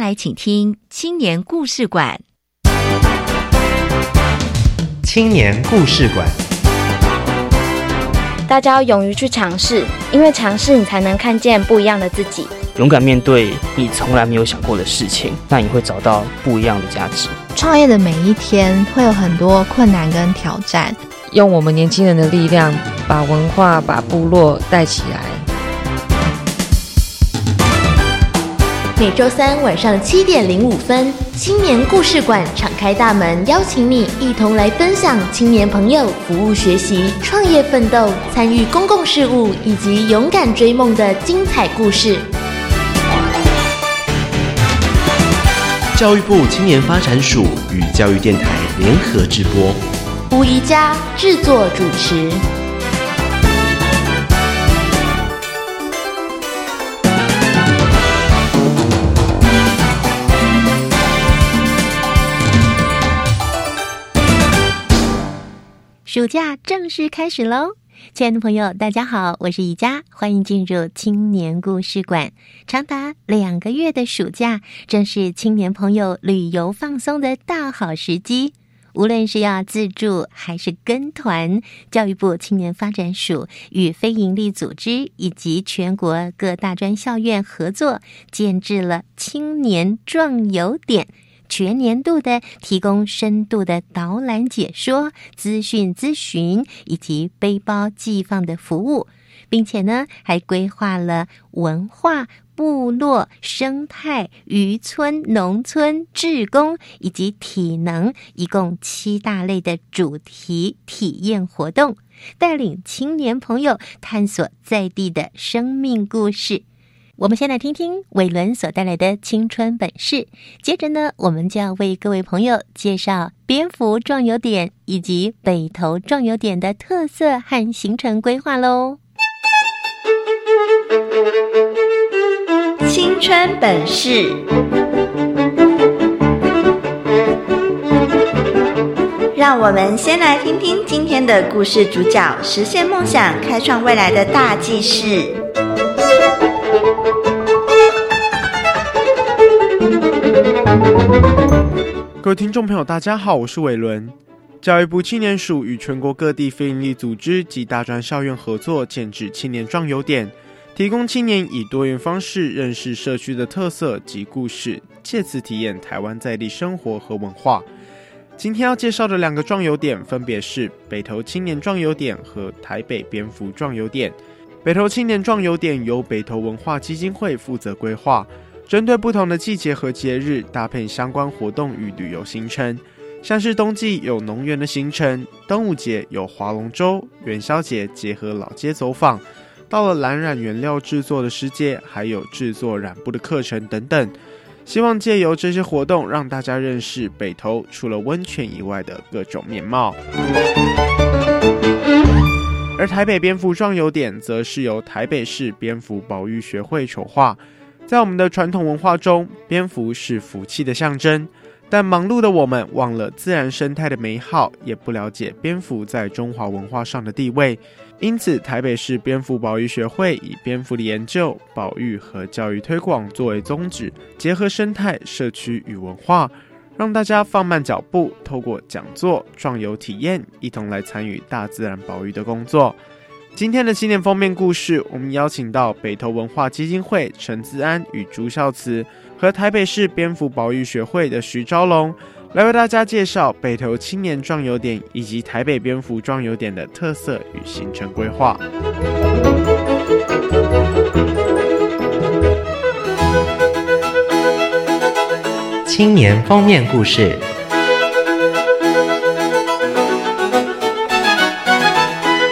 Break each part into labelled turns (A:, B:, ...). A: 来请听青年故事馆。
B: 青年故事馆，
C: 大家要勇于去尝试，因为尝试你才能看见不一样的自己。
D: 勇敢面对你从来没有想过的事情，那你会找到不一样的价值。
E: 创业的每一天会有很多困难跟挑战。
F: 用我们年轻人的力量，把文化、把部落带起来。
G: 每周三晚上七点零五分，青年故事馆敞开大门，邀请你一同来分享青年朋友服务学习、创业奋斗、参与公共事务以及勇敢追梦的精彩故事。
B: 教育部青年发展署与教育电台联合直播。
G: 吴宜佳制作主持。
A: 暑假正式开始喽！亲爱的朋友，大家好，我是宜佳，欢迎进入青年故事馆。长达两个月的暑假，正是青年朋友旅游放松的大好时机。无论是要自助还是跟团，教育部青年发展署与非营利组织以及全国各大专校院合作，建制了青年壮游点，全年度的提供深度的导览解说、资讯咨询以及背包寄放的服务，并且呢，还规划了文化。部落、生态、渔村、农村、志工以及体能，一共七大类的主题体验活动，带领青年朋友探索在地的生命故事。我们先来听听伟伦所带来的《青春本事》，接着呢，我们就要为各位朋友介绍蝙蝠壮游点以及北投壮游点的特色和行程规划喽。
G: 青春本事。让我们先来听听今天的故事主角实现梦想、开创未来的大计事。
H: 各位听众朋友，大家好，我是伟伦。教育部青年署与全国各地非营利组织及大专校院合作，建制青年壮游点，提供青年以多元方式认识社区的特色及故事，借此体验台湾在地生活和文化。今天要介绍的两个壮游点分别是北投青年壮游点和台北蝙蝠壮游点。北投青年壮游点由北投文化基金会负责规划，针对不同的季节和节日，搭配相关活动与旅游行程。像是冬季有农园的行程，端午节有划龙舟，元宵节结合老街走访，到了蓝染原料制作的世界，还有制作染布的课程等等。希望借由这些活动，让大家认识北投除了温泉以外的各种面貌。而台北蝙蝠壮游点，则是由台北市蝙蝠保育学会筹划。在我们的传统文化中，蝙蝠是福气的象征。但忙碌的我们忘了自然生态的美好，也不了解蝙蝠在中华文化上的地位。因此，台北市蝙蝠保育学会以蝙蝠的研究、保育和教育推广作为宗旨，结合生态、社区与文化，让大家放慢脚步，透过讲座、壮游体验，一同来参与大自然保育的工作。今天的青年封面故事，我们邀请到北投文化基金会陈资安与朱孝慈，和台北市蝙蝠保育学会的徐昭龙，来为大家介绍北投青年壮游点以及台北蝙蝠壮游点的特色与行程规划。
B: 青年封面故事，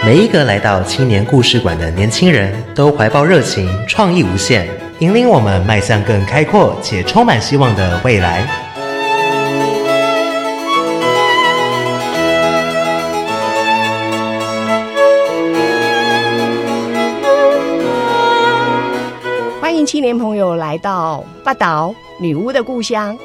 B: 每一个来到青年故事馆的年轻人都怀抱热情，创意无限，引领我们迈向更开阔且充满希望的未来。
I: 欢迎青年朋友来到八岛女巫的故乡。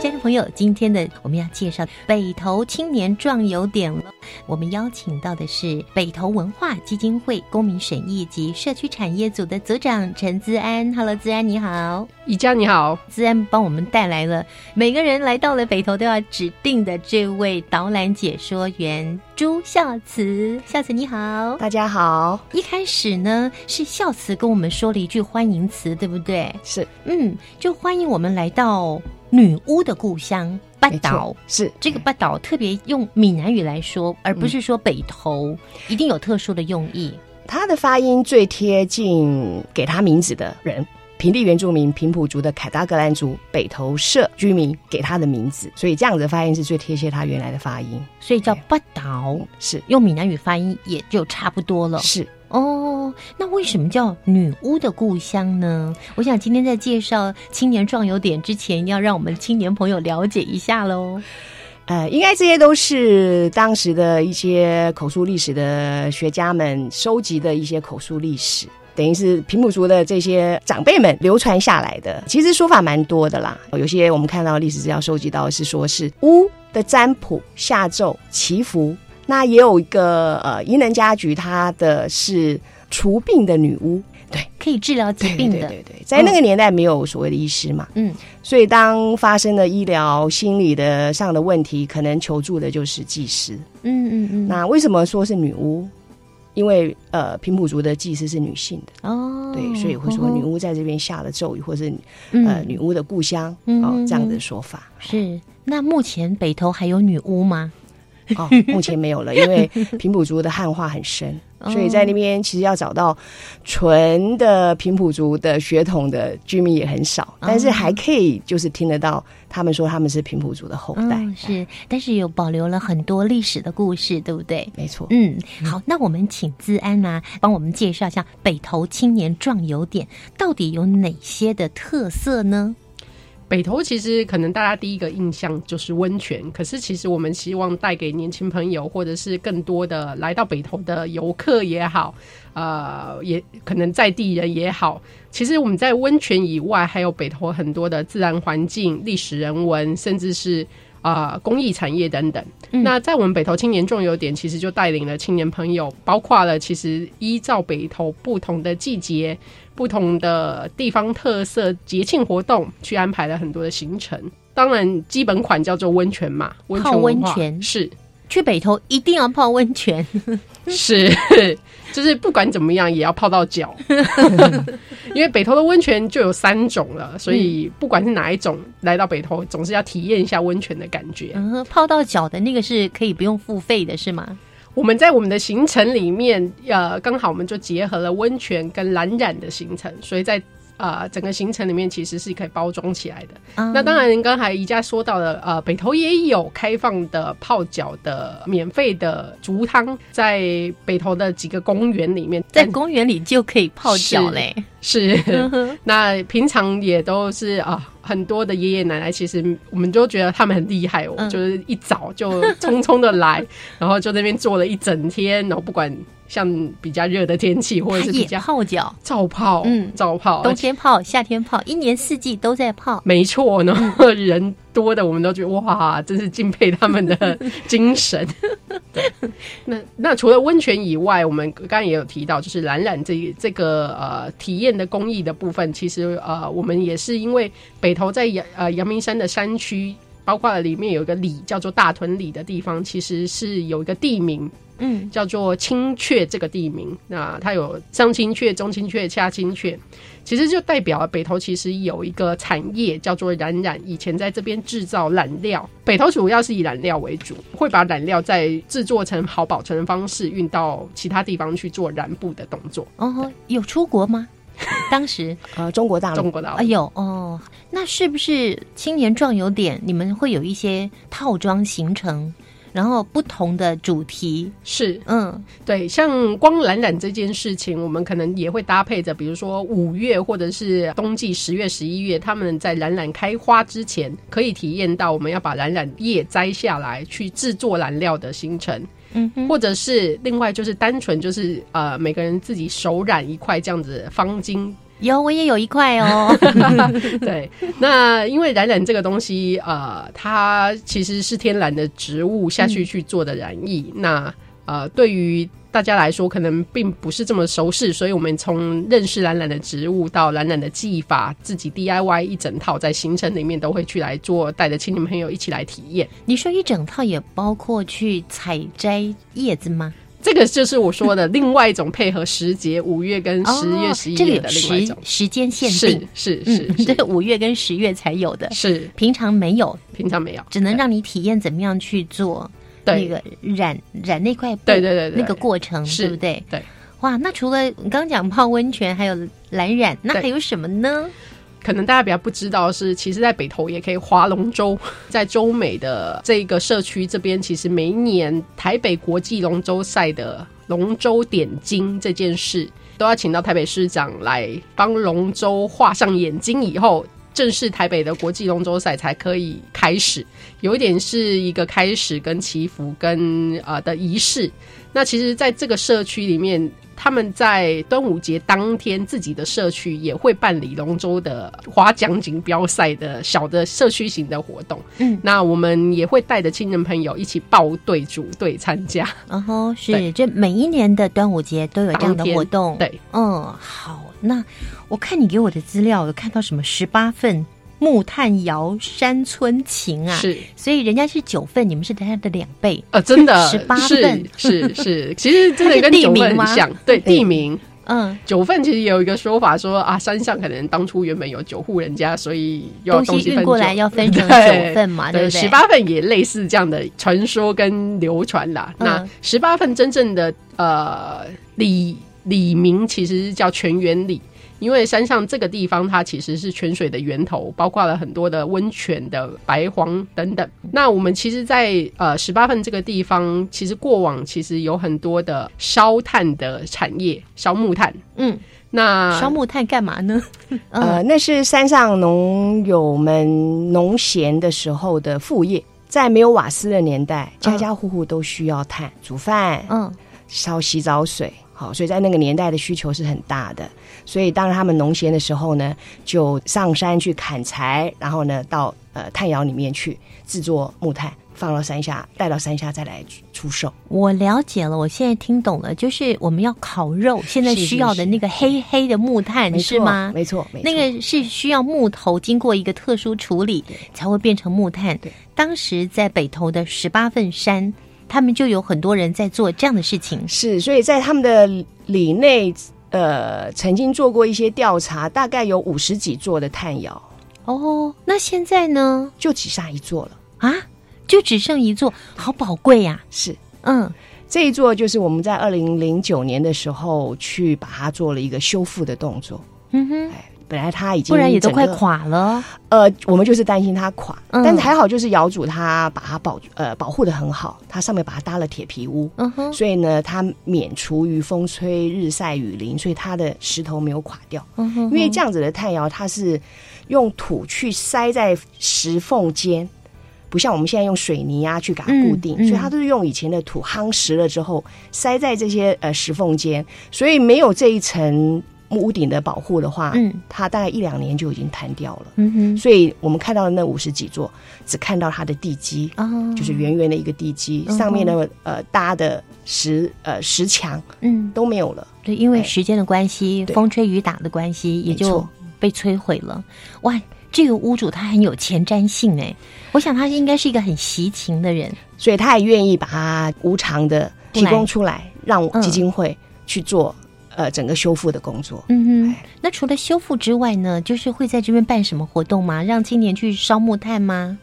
A: 亲爱的朋友，今天的我们要介绍北投青年壮游点了。我们邀请到的是北投文化基金会公民审议及社区产业组的组长陈资安。Hello，资安你好。
J: 宜家你好，
A: 资安帮我们带来了每个人来到了北投都要指定的这位导览解说员朱孝慈，孝慈你好。
I: 大家好，
A: 一开始呢是孝慈跟我们说了一句欢迎词，对不对？
I: 是
A: 嗯，就欢迎我们来到女巫的故乡半
I: 没错
A: 岛。
I: 是
A: 这个半岛特别用闽南语来说，而不
I: 嗯
A: 是说北投，一定有特殊的用意。
I: 它的发音最贴近给它名字的人。平地原住民、平埔族的凯达格兰族北投社居民给它的名字，所以这样子的发音是最贴切它原来的发音。
A: 所以叫半岛，
I: 是
A: 用闽南语发音也就差不多了。
I: 是，
A: 哦，那为什么叫女巫的故乡呢？我想今天在介绍青年壮游点之前，要让我们青年朋友了解一下喽。
I: 呃，应该这些都是呃当时的一些口述历史的学家们收集的一些口述历史，等于是平埔族的这些长辈们流传下来的。其实说法蛮多的啦，有些我们看到历史资料收集到的是说是巫的占卜、下咒、祈福，那也有一个呃伊能家局，它的是除病的女巫，
A: 可以治疗疾病的，
I: 对对对对，在那个年代没有所谓的医师嘛，
A: 嗯，
I: 所以当发生了医疗、心理的上的问题，可能求助的就是技师。
A: 嗯嗯嗯，
I: 那为什么说是女巫？因为呃，平埔族的祭司是女性的，
A: 哦，
I: 对，所以会说
A: 哦
I: 女，巫在这边下了咒语，或是
A: 嗯
I: 呃女巫的故乡
A: 嗯
I: 哦
A: 嗯
I: 这样的说法。
A: 是。那目前北投还有女巫吗？
I: 哦，目前没有了，因为平埔族的汉化很深，
A: 哦
I: 所以在那边其实要找到纯的平埔族的血统的居民也很少，
A: 嗯
I: 但是还可以就是听得到他们说他们是平埔族的后代，
A: 嗯，是，但是有保留了很多历史的故事，对不对？
I: 没错。
A: 嗯，好，那我们请资安啊，帮我们介绍一下北投青年壮游点到底有哪些的特色呢？
J: 北投其实可能大家第一个印象就是温泉，可是其实我们希望带给年轻朋友，或者是更多的来到北投的游客也好，呃，也可能在地人也好，其实我们在温泉以外，还有北投很多的自然环境、历史人文，甚至是。啊、公益产业等等。
A: 嗯
J: 那在我们北投青年壮游点，其实就带领了青年朋友，包括了其实依照北投不同的季节、不同的地方特色节庆活动，去安排了很多的行程。当然，基本款叫做温泉嘛，温泉
A: 泡温
J: 文化
A: 泉
J: 是
A: 去北投一定要泡温泉，
J: 是，就是不管怎么样也要泡到脚，因为北投的温泉就有三种了，所以不管是哪一种，来到北投总是要体验一下温泉的感觉。
A: 嗯，泡到脚的那个是可以不用付费的，是吗？
J: 我们在我们的行程里面，呃，刚好我们就结合了温泉跟蓝染的行程，所以在呃整个行程里面其实是可以包装起来的。
A: 啊
J: 那当然，刚才宜家说到了，呃，北投也有开放的泡脚的免费的竹汤，在北投的几个公园里面，
A: 在
J: 但
A: 公园里就可以泡脚
J: 是
A: 嘞。
J: 是
A: 嗯哼
J: 那平常也都是啊、很多的爷爷奶奶，其实我们就觉得他们很厉害哦，
A: 嗯
J: 就是一早就匆匆的来，然后就在那边坐了一整天，然后不管像比较热的天气或者是
A: 它
J: 比
A: 也
J: 较
A: 泡脚，
J: 照泡，
A: 嗯
J: 照泡，
A: 冬天泡，夏天泡，一年四季都在泡。
J: 没错，然
A: 嗯
J: 后人多的我们都觉得哇，真是敬佩他们的精神。 对，那那除了温泉以外，我们刚刚也有提到，就是冉冉这这个呃体验的公益的部分，其实呃我们也是因为北投在阳呃阳明山的山区。包括里面有一个里叫做大屯里的地方，其实是有一个地名
A: 嗯
J: 叫做呃青雀这个地名。那它有上青雀、中青雀、下青雀。其实就代表了北投其实有一个产业叫做染染，以前在这边制造染料，北投主要是以染料为主，会把染料再制作成好保存的方式运到其他地方去做染布的动作。
A: 哦，有出 国吗？当时
I: 呃，中国大
J: 中
I: 陆
J: 国大
A: 啊
J: 陆
A: 有哦，那是不是青年壮游点你们会有一些套装行程，然后不同的主题？
J: 是
A: 嗯，
J: 对，像光染染这件事情，我们可能也会搭配着，比如说五月或者是冬季十月、十一月，他们在染染开花之前，可以体验到我们要把染染叶摘下来去制作染料的形成。
A: 嗯哼，
J: 或者是另外就是单纯就是呃每个人自己手染一块这样子方巾
A: 有，我也有一块 哦。
J: 对，那因为染染这个东西，呃，它其实是天然的植物下去去做的染液。那呃，对于大家来说，可能并不是这么熟识，所以我们从认识染染的植物到染染的技法，自己 DIY 一整套，在行程里面都会去来做，带着亲戚朋友一起来体验。
A: 你说一整套也包括去采摘叶子吗？
J: 这个就是我说的另外一种配合时节，五月跟嗯十月、十一
A: 哦这里
J: 月
A: 有
J: 的另外一
A: 时
J: 种。
A: 时间限
J: 是
A: 定，
J: 是是
A: 嗯，
J: 是
A: 这五月跟十月才有的，
J: 是，
A: 平常没有，
J: 平常没有，
A: 只能让你体验怎么样去做
J: 对
A: 那个染染那块布，
J: 对对对对
A: 那个过程，
J: 是
A: 对不对？
J: 对。
A: 哇，那除了你刚讲泡温泉，还有蓝染，那
J: 对
A: 还有什么呢？
J: 可能大家比较不知道的是，其实，在北投也可以划龙舟， 在洲美的这个社区这边，其实每一年台北国际龙舟赛的龙舟点睛这件事，都要请到台北市长来帮龙舟画上眼睛以后。正式台北的国际龙舟赛才可以开始，有一点是一个开始跟祈福跟呃的仪式。那其实，在这个社区里面，他们在端午节当天，自己的社区也会办理龙舟的划桨锦标赛的小的社区型的活动。
A: 嗯，
J: 那我们也会带着亲人朋友一起报队组队参加。
A: 然后哦是
J: 对
A: 这每一年的端午节都有这样的
J: 当天
A: 活动，
J: 对，
A: 嗯，好，那我看你给我的资料，有看到什么十八份木炭窑山村情啊？，
J: 是
A: 所以人家是九份，你们是人家的两倍。
J: 呃，真 的
A: 18
J: 是
A: 份
J: 是是，其实真的
A: 它
J: 跟
A: 是地
J: 九
A: 名
J: 份
A: 吗
J: 很像，对
A: 对
J: 地名。
A: 嗯，
J: 九份其实有一个说法说啊，山上可能当初原本有九户人家，所以要
A: 东
J: 东
A: 西
J: 分
A: 运过来
J: 九
A: 要分成
J: 对
A: 九份嘛，对
J: 对，
A: 不对？
J: 呃十八份也类似这样的传说跟流传啦。
A: 嗯
J: 那十八份真正的呃李李名其实叫泉源里，因为山上这个地方它其实是泉水的源头，包括了很多的温泉的白黄等等。那我们其实在，呃十八份这个地方，其实过往其实有很多的烧炭的产业，烧木炭。
A: 嗯，
J: 那
A: 烧木炭干嘛呢？嗯
I: 呃，那是山上农友们农闲的时候的副业，在没有瓦斯的年代，家家户户都需要炭煮饭、
A: 嗯，
I: 烧洗澡水。好，所以在那个年代的需求是很大的，所以当他们农闲的时候呢，就上山去砍柴，然后呢到呃炭窑里面去制作木炭，放到山下，带到山下再来出售。
A: 我了解了，我现在听懂了，就是我们要烤肉，现在
I: 是
A: 需要的那个黑黑的木炭
I: 没
A: 是
I: 错
A: 吗？
I: 没错，没错。哎
A: 那个是需要木头经过一个特殊处理才会变成木炭
I: 对。
A: 当时在北投的十八份山，他们就有很多人在做这样的事情。
I: 是，所以在他们的里内，呃，曾经做过一些调查，大概有五十几座的炭窑，
A: 哦，那现在呢？
I: 就只下一座了。
A: 啊，就只剩一座，好宝贵呀、
I: 是
A: 嗯，
I: 这一座，就是我们在二零零九年的时候去把它做了一个修复的动作。
A: 嗯哼，
I: 哎，本来它已经
A: 不然也都
I: 整个
A: 快。垮了。
I: 呃，我们就是担心它垮，
A: 嗯
I: 但是还好，就是窑主他把它保呃保护的很好，他上面把它搭了铁皮屋。
A: 嗯哼，
I: 所以呢，它免除于风吹日晒雨淋，所以它的石头没有垮掉。
A: 嗯哼，
I: 因为这样子的炭窑，它是用土去塞在石缝间，不像我们现在用水泥啊去给它固定，
A: 嗯嗯
I: 所以它都是用以前的土夯实了之后塞在这些呃石缝间，所以没有这一层屋顶的保护的话，
A: 嗯
I: 它大概一两年就已经坍掉了。
A: 嗯哼，
I: 所以我们看到的那五十几座，只看到它的地基，
A: 啊，
I: 就是圆圆的一个地基，
A: 嗯哼
I: 上面的呃搭的石呃石墙
A: 嗯，
I: 都没有了。
A: 对，因为
I: 哎
A: 时间的关系，
I: 对
A: 风吹雨打的关系，也
I: 没错
A: 就被摧毁了。哇，这个屋主他很有前瞻性哎，我想他应该是一个很习情的人。
I: 所以他也愿意把它无偿的提供出来，让
A: 嗯
I: 我基金会去做、呃整个修复的工作。
A: 嗯哼
I: 哎，
A: 那除了修复之外呢，就是会在这边办什么活动吗？让青年去烧木炭吗？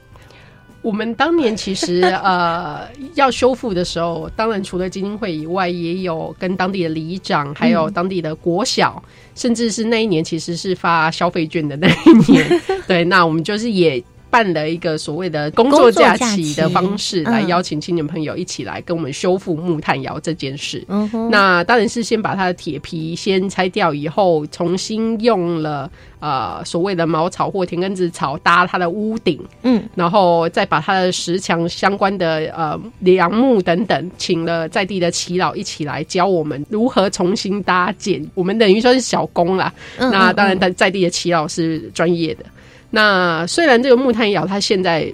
J: 我们当年 其实呃要修复的时候，当然除了基金会以外，也有跟当地的里长，还
A: 嗯
J: 有当地的国小， 甚至是那一年其实是发消费券的那一年。对，那我们就是也。办了一个所谓的工
A: 工
J: 作
A: 作
J: 假
A: 假
J: 期的
A: 期
J: 方式，来
A: 嗯
J: 邀请青年朋友一起来跟我们修复木炭窑这件事。
A: 嗯哼，
J: 那当然是先把它的铁皮先拆掉，以后重新用了呃所谓的茅草或田根子草搭它的屋顶，
A: 嗯，
J: 然后再把它的石墙相关的呃梁木等等，请了在地的耆老一起来教我们如何重新搭建。我们等于说是小工啦，
A: 嗯
J: 那
A: 嗯
J: 当然
A: 嗯
J: 在在地的耆老是专业的。那虽然这个木炭窑它现在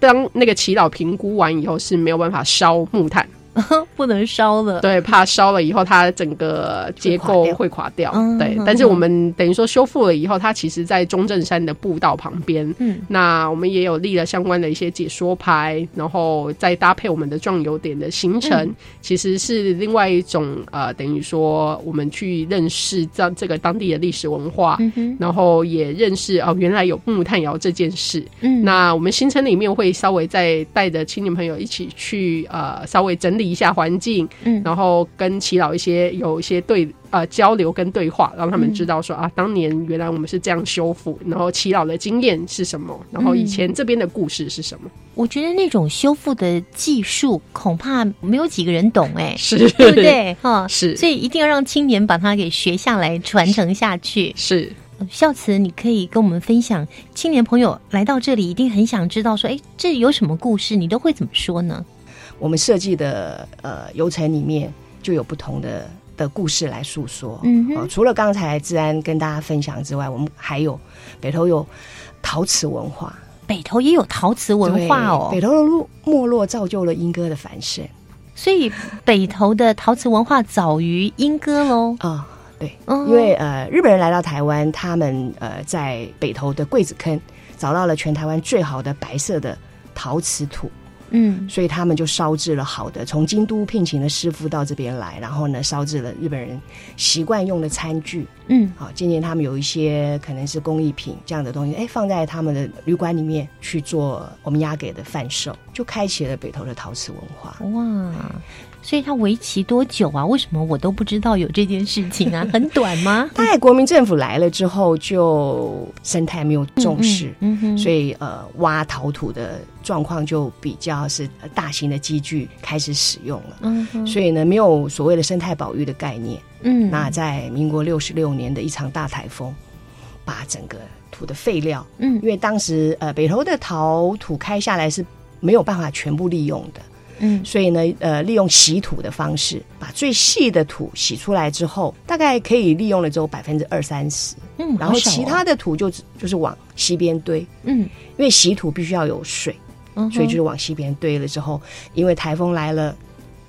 J: 当那个耆老评估完以后是没有办法烧木炭。
A: 嗯 不能烧了，
J: 对，怕烧了以后它整个结构会垮掉。
A: 嗯
J: 对
A: 嗯，
J: 但是我们等于说修复了以后，它其实在中正山的步道旁边。
A: 嗯，
J: 那我们也有立了相关的一些解说牌，然后再搭配我们的壮游点的行程，
A: 嗯
J: 其实是另外一种呃，等于说我们去认识这这个当地的历史文化，
A: 嗯哼，
J: 然后也认识哦，原来有木炭窑这件事。
A: 嗯，
J: 那我们行程里面会稍微再带着青年朋友一起去呃，稍微整理一下环境，
A: 嗯
J: 然后跟祈老一些有一些对呃交流跟对话，让他们
A: 嗯
J: 知道说、啊，当年原来我们是这样修复，然后祈老的经验是什么，然
A: 嗯
J: 后以前这边的故事是什么，
A: 我觉得那种修复的技术恐怕没有几个人懂哎、
J: 是
A: 对不？ 对？哈、
J: 是
A: 所以一定要让青年把它给学下来，传承下去。
J: 是
A: 呃孝慈，你可以跟我们分享，青年朋友来到这里一定很想知道说，哎，这有什么故事？你都会怎么说呢？
I: 我们设计的呃游程里面就有不同的的故事来诉说。
A: 嗯哼
I: 呃除了刚才治安跟大家分享之外，我们还有北投有陶瓷文化
A: 北投也有陶瓷文化
I: 对
A: 哦
I: 北，投的落没落造就了莺歌的繁盛
A: 所以北投的陶瓷文化早于莺歌喽。
I: 啊。对，
A: 嗯
I: 因为呃，日本人来到台湾，他们呃在北投的桂子坑找到了全台湾最好的白色的陶瓷土，
A: 嗯
I: 所以他们就烧制了好的，从京都聘请的师傅到这边来，然后呢烧制了日本人习惯用的餐具，
A: 嗯
I: 好，渐渐他们有一些可能是工艺品这样的东西，哎，放在他们的旅馆里面去做我们押给的贩售，就开启了北投的陶瓷文化。
A: 哇，所以它为期多久啊？为什么我都不知道有这件事情啊？很短吗？
I: 大概国民政府来了之后，就生态没有重视，
A: 嗯哼，
I: 所以呃，挖陶土的状况就比较
A: 啊
I: 是呃大型的机具开始使用了。
A: 嗯哼
I: 所以呢，没有所谓的生态保育的概念。
A: 嗯
I: 那在民国六十六年的一场大台风，把整个土的废料
A: 嗯
I: 因为当时呃北投的陶土开下来是没有办法全部利用的，
A: 嗯
I: 所以呢呃利用洗土的方式，把最细的土洗出来之后，大概可以利用了只有百分之二三十，
A: 嗯，
I: 然后
A: 好少哦
I: 其他的土就只就是往西边堆，
A: 嗯，
I: 因为洗土必须要有水，
A: 嗯哼
I: 所以就是往西边堆了之后，因为台风来了。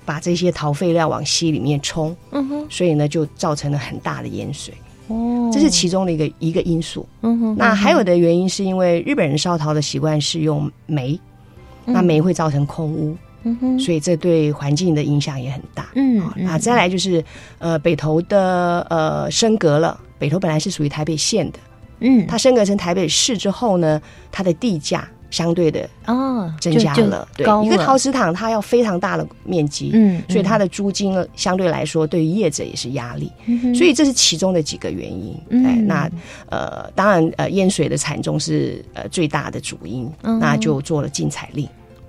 I: 把这些陶废料往西里面冲，
A: 嗯哼
I: 所以呢就造成了很大的淹水，
A: 哦，
I: 这是其中的一个一个因素。
A: 嗯哼
I: 那还有的原因是因为日本人烧陶的习惯是用煤，那煤会造成空污，
A: 嗯哼
I: 所以这对环境的影响也很大。
A: 嗯
I: 啊，
A: 嗯
I: 那再来就是呃北投的呃升格了，北投本来是属于台北县的，
A: 嗯
I: 它升格成台北市之后呢，它的地价相对的
A: 哦
I: 增加
A: 就就
I: 了，
A: 高
I: 对，一个
A: 了
I: 陶瓷厂它要非常大的面积，
A: 嗯，
I: 所以它
A: 的
I: 的租金呢相对来说对于业者也是压力，所以这是其中的几个原因。
A: 嗯
I: 哎，那呃，当然呃，淹水的惨重是呃最大的主因，
A: 嗯
I: 那就做了禁采令。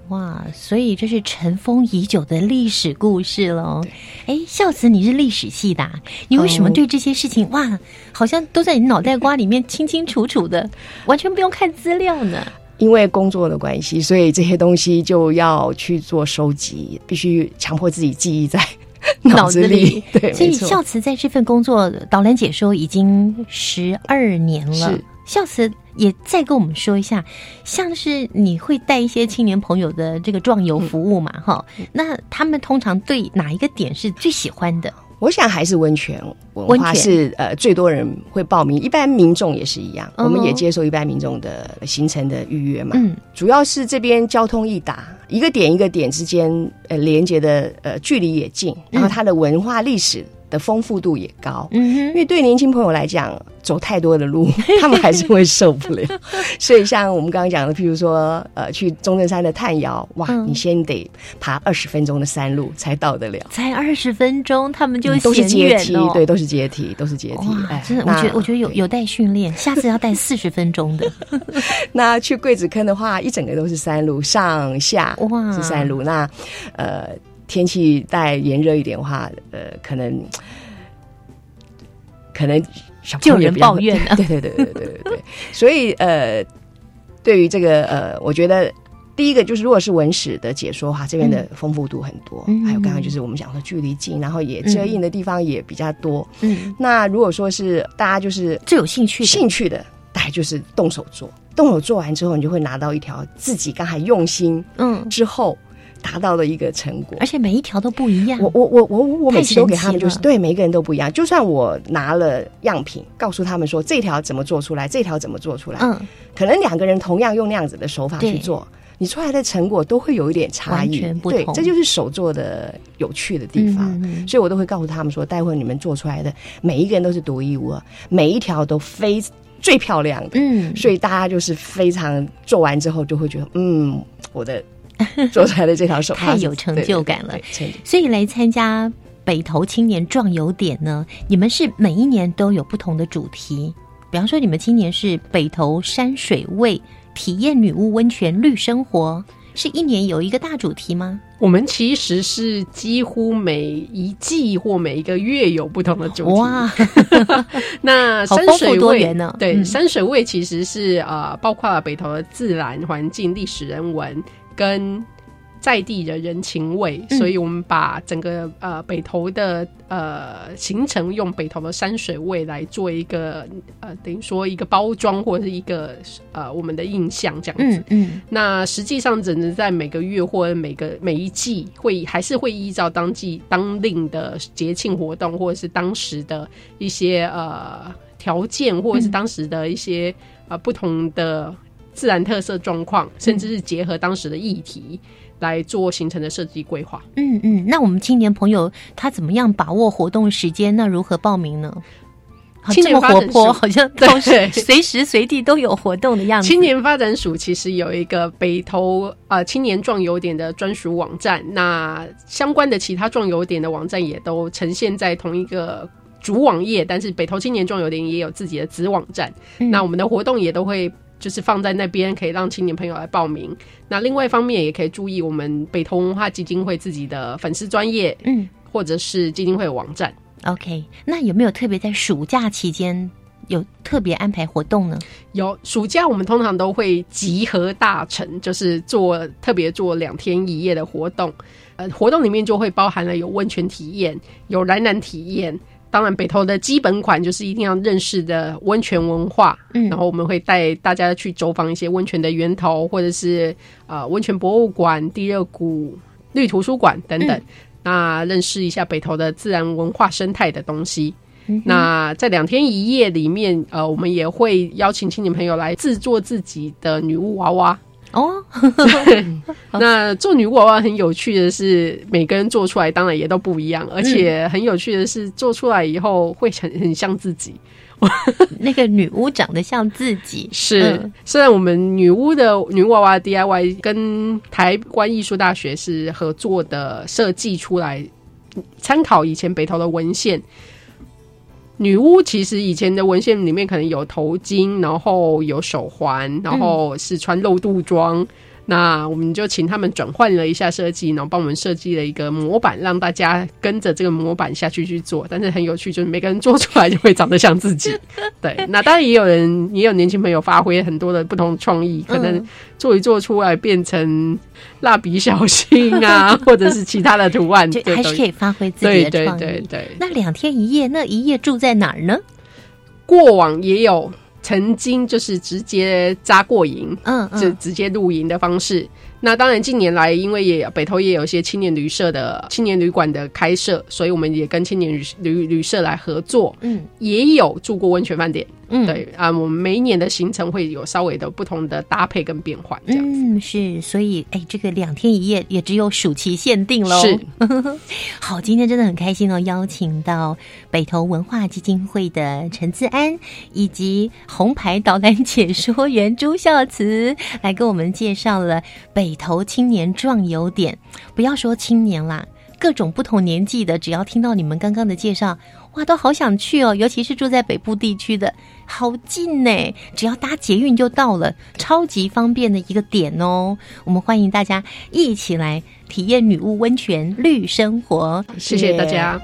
A: 哇，所以这是尘封已久的历史故事喽。哎，孝慈，你是历史系的啊、你为什么
I: 哦
A: 对这些事情、哇，好像都在你脑袋瓜里面清清楚楚的，完全不用看资料呢？
I: 因为工作的关系，所以这些东西就要去做收集，必须强迫自己记忆在 脑子里。对，
A: 所
I: 没
A: 以
I: 错。
A: 孝慈在这份工作导览解说已经十二年了
I: 是。
A: 孝慈也再跟我们说一下，像是你会带一些青年朋友的这个壮游服务嘛？哈、
I: 嗯
A: 那他们通常对哪一个点是最喜欢的？
I: 我想还是温泉文
A: 温
I: 化
A: 泉
I: 是呃最多人会报名，一般民众也是一样，
A: 嗯哼
I: 我们也接受一般民众的行程的预约嘛。
A: 嗯
I: 主要是这边交通易达，一个点一个点之间呃连接的呃距离也近，然后它的文化历史的丰富度也高。
A: 嗯哼
I: 因为对年轻朋友来讲，走太多的 路，他们还是会受不了。所以像我们刚刚讲的，譬如说，呃，去中正山的探窑，哇，
A: 嗯
I: 你先得爬二十分钟的山路才到得了，
A: 才二十分钟，他们就
I: 嗯都是
A: 嫌
I: 阶
A: 远
I: 梯
A: 哦，
I: 对，都是阶梯，都是阶梯。
A: 哇
I: 哎，
A: 真的，我
I: 那
A: 觉得我觉得有有待训练，下次要带四十分 钟的。
I: 那去桂子坑的话，一整个都是山路，上下
A: 哇
I: 是山路。那呃，天气再炎热一点的话，呃，可能可能小朋友
A: 就有人
I: 比较
A: 抱怨啊了
I: 对对对对对对对。 所以呃，对于这个呃，我觉得。第一个就是，如果是文史的解说的话，这边的丰富度很多。
A: 嗯
I: 还有刚刚就是我们讲说距离近，然后也遮荫的地方也比较多。
A: 嗯，
I: 那如果说是大家就是
A: 最有兴趣的
I: 兴趣的，大概就是动手做。动手做完之后，你就会拿到一条自己刚才用心
A: 嗯，
I: 之后达到的一个成果
A: 而。且每一条都不一样。
I: 我我我我我每次都给他
A: 太神
I: 们
A: 奇了
I: 就是对每一个人都不一样，就算我拿了样品，告诉他们说这条怎么做出来，这条怎么做出来，
A: 嗯，
I: 可能两个人同样用那样子的手法
A: 对
I: 去做，你出来的成果都会有一点差
A: 完
I: 异
A: 全，不
I: 对
A: 同，
I: 这就是手做的有趣的地方。
A: 嗯嗯嗯
I: 所以我都会告诉他们说，待会你们做出来的每一个人都是独一无二，每一条都非最漂亮的。
A: 嗯，
I: 所以大家就是非常做完之后就会觉得，嗯，我 的做出来的这条手帕
A: 太
I: 是
A: 有成就感了
I: 对对对对成
A: 所以来参加北投青年壮游点呢，你们是每一年都有不同的主题。比方说，你们今年是北投山水味，体验女巫温泉绿生活，是一年有一个大主题吗？
J: 我们其实是几乎每一季或每一个月有不同的主题。
A: 哇，
J: 那
A: 好
J: 山
A: 丰富
J: 水
A: 多
J: 味
A: 元呢
J: 对，
A: 嗯
J: 山水味其实是呃，包括了北投的自然环境、历史人文跟。在地的人情味，
A: 嗯
J: 所以我们把整个呃北投的呃行程用北投的山水味来做一个呃等于说一个包装或者是一个呃我们的印象这样子。
A: 嗯嗯
J: 那实际上，只能在每个月或者每个每一季会还是会依照当季当令的节庆活动，或者是当时的一些呃条件，
A: 嗯
J: 或者是当时的一些、呃不同的自然特色状况，甚至是结合当时的议题来做行程的设计规划。
A: 嗯嗯。那我们青年朋友他怎么样把握活动时间？那如何报名呢？好，
J: 青
A: 这
J: 年
A: 么
J: 发展
A: 活泼，
J: 署
A: 好像都是
J: 对
A: 随时随地都有活动的样子。
J: 青年发展署其实有一个北投呃青年壮游点的专属网站，那相关的其他壮游点的网站也都呈现在同一个。主网页，但是北投青年壮游点也有自己的子网站，
A: 嗯
J: 那我们的活动也都会就是放在那边，可以让青年朋友来报名。那另外一方面，也可以注意我们北投文化基金会自己的粉丝专业
A: 嗯
J: 或者是基金会网站。
A: ，OK。那有没有特别在暑假期间有特别安排活动呢？
J: 有暑假，我们通常都会集合大成，就是做特别做两天一夜的活动。呃，活动里面就会包含了有温泉体验，有蓝蓝体验。当然，北投的基本款就是一定要认识的温泉文化。
A: 嗯
J: 然后我们会带大家去走访一些温泉的源头，或者是呃温泉博物馆、地热谷、绿图书馆等等。
A: 嗯
J: 那认识一下北投的自然文化生态的东西。
A: 嗯
J: 那在两天一夜里面，呃，我们也会邀请青年朋友来制作自己的女巫娃娃。
A: 哦，
J: 那做女巫娃娃很有趣的是，每个人做出来当然也都不一样，而且很有趣的是，做出来以后会很很像自己。
A: 那个女巫长得像自己，
J: 是，
A: 嗯
J: 虽然我们女巫的女巫娃娃 DIY 跟台湾艺术大学是合作的设计出来，参考以前北投的文献。女巫其实以前的文献里面可能有头巾，然后有手环，然后是穿露肚装。那我们就请他们转换了一下设计，然后帮我们设计了一个模板，让大家跟着这个模板下去去做。但是很有趣，就是每个人做出来就会长得像自己。对，那当然也有人，也有年轻朋友发挥很多的不同创意， 可能
A: 嗯
J: 做一做出来变成蜡笔小新 啊，或者是其他的图案，
A: 就
J: 对
A: 还是可以发挥自己
J: 对
A: 的
J: 对
A: 创意。
J: 对对。
A: 那两天一夜，那一夜住在哪儿呢？
J: 过往也有曾经就是直接扎过营，
A: 嗯
J: 就
A: 嗯，
J: 直接露营的方式。那当然，近年来因为也北投也有一些青年旅社的青年旅馆的开设，所以我们也跟青年旅旅旅社来合作，
A: 嗯，
J: 也有住过温泉饭店。
A: 嗯
J: 对啊、我们每一年的行程会有稍微的不同的搭配跟变换，这样子。
A: 嗯，是，所以哎，这个两天一夜也只有暑期限定喽。
J: 是，
A: 好，今天真的很开心哦，邀请到北投文化基金会的陈自安以及红牌导览解说员朱孝慈来跟我们介绍了北投青年壮游点。不要说青年啦，各种不同年纪的，只要听到你们刚刚的介绍，哇，都好想去哦！尤其是住在北部地区的，好近呢，只要搭捷运就到了，超级方便的一个点哦。我们欢迎大家一起来体验女巫温泉绿生活。
J: 谢谢大家。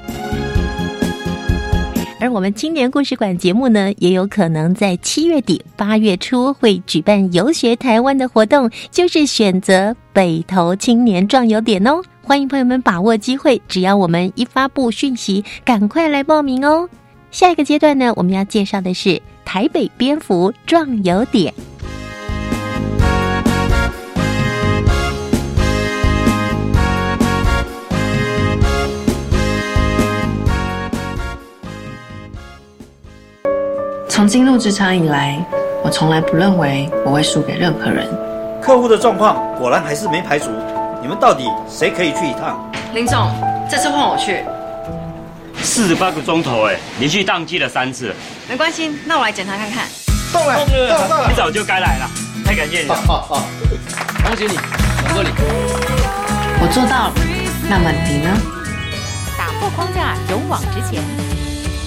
A: 而我们青年故事馆节目呢，也有可能在七月底、八月初会举办游学台湾的活动，就是选择北投青年壮游点哦。欢迎朋友们把握机会，只要我们一发布讯息，赶快来报名哦。下一个阶段呢，我们要介绍的是台北蝙蝠壮游点。
K: 从进入职场以来，我从来不认为我会输给任何人。
L: 客户的状况果然还是没排除，你们到底谁可以去一趟？
K: 林总，这次换我去，
M: 四十八个钟头，哎，连续宕机了三次，
K: 没关系，那我来检查看看。
M: 动了，一早就该来了，太感谢你了，恭喜你，恭喜你。
K: 我做到了，那么你呢？
N: 打破框架，勇往直前。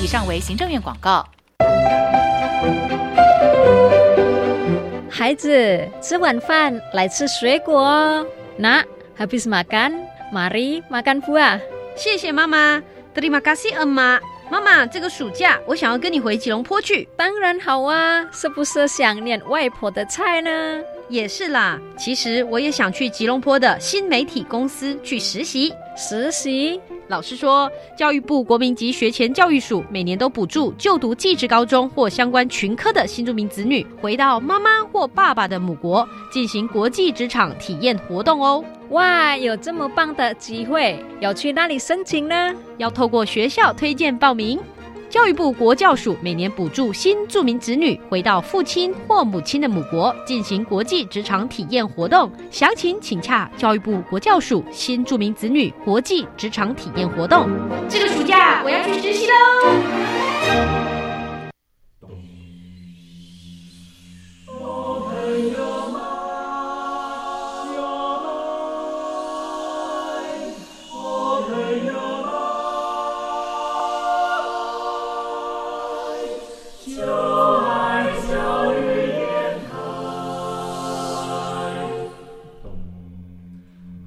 N: 以上为行政院广告。
O: 孩子，吃晚饭来吃水果哦。Nak, habis makan, mari makan buah.
P: 谢谢妈妈，Terima kasih, Emma。妈妈，这个暑假我想要跟你回吉隆坡去。
O: 当然好啊，是不是想念外婆的菜呢？
P: 也是啦，其实我也想去吉隆坡的新媒体公司去实习。
O: 实习？
P: 老师说，教育部国民级学前教育署每年都补助就读技职高中或相关群科的新住民子女回到妈妈或爸爸的母国进行国际职场体验活动哦。
O: 哇，有这么棒的机会，要去哪里申请呢？
P: 要透过学校推荐报名。教育部国教署每年补助新住民子女回到父亲或母亲的母国进行国际职场体验活动，详情请洽教育部国教署新住民子女国际职场体验活动。
Q: 这个暑假我要去实习喽！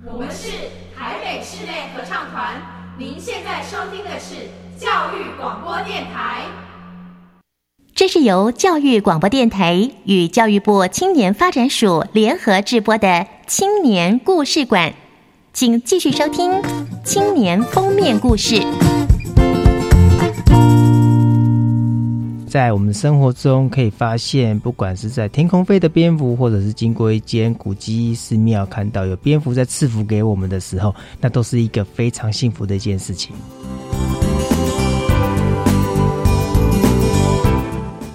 R: 我们是台北室内合唱团，您现在收听的是教育广播电台。
A: 这是由教育广播电台与教育部青年发展署联合制播的《青年故事馆》，请继续收听《青年封面故事》。
S: 在我们生活中可以发现，不管是在天空飞的蝙蝠，或者是经过一间古迹寺庙看到有蝙蝠在赐福给我们的时候，那都是一个非常幸福的一件事情。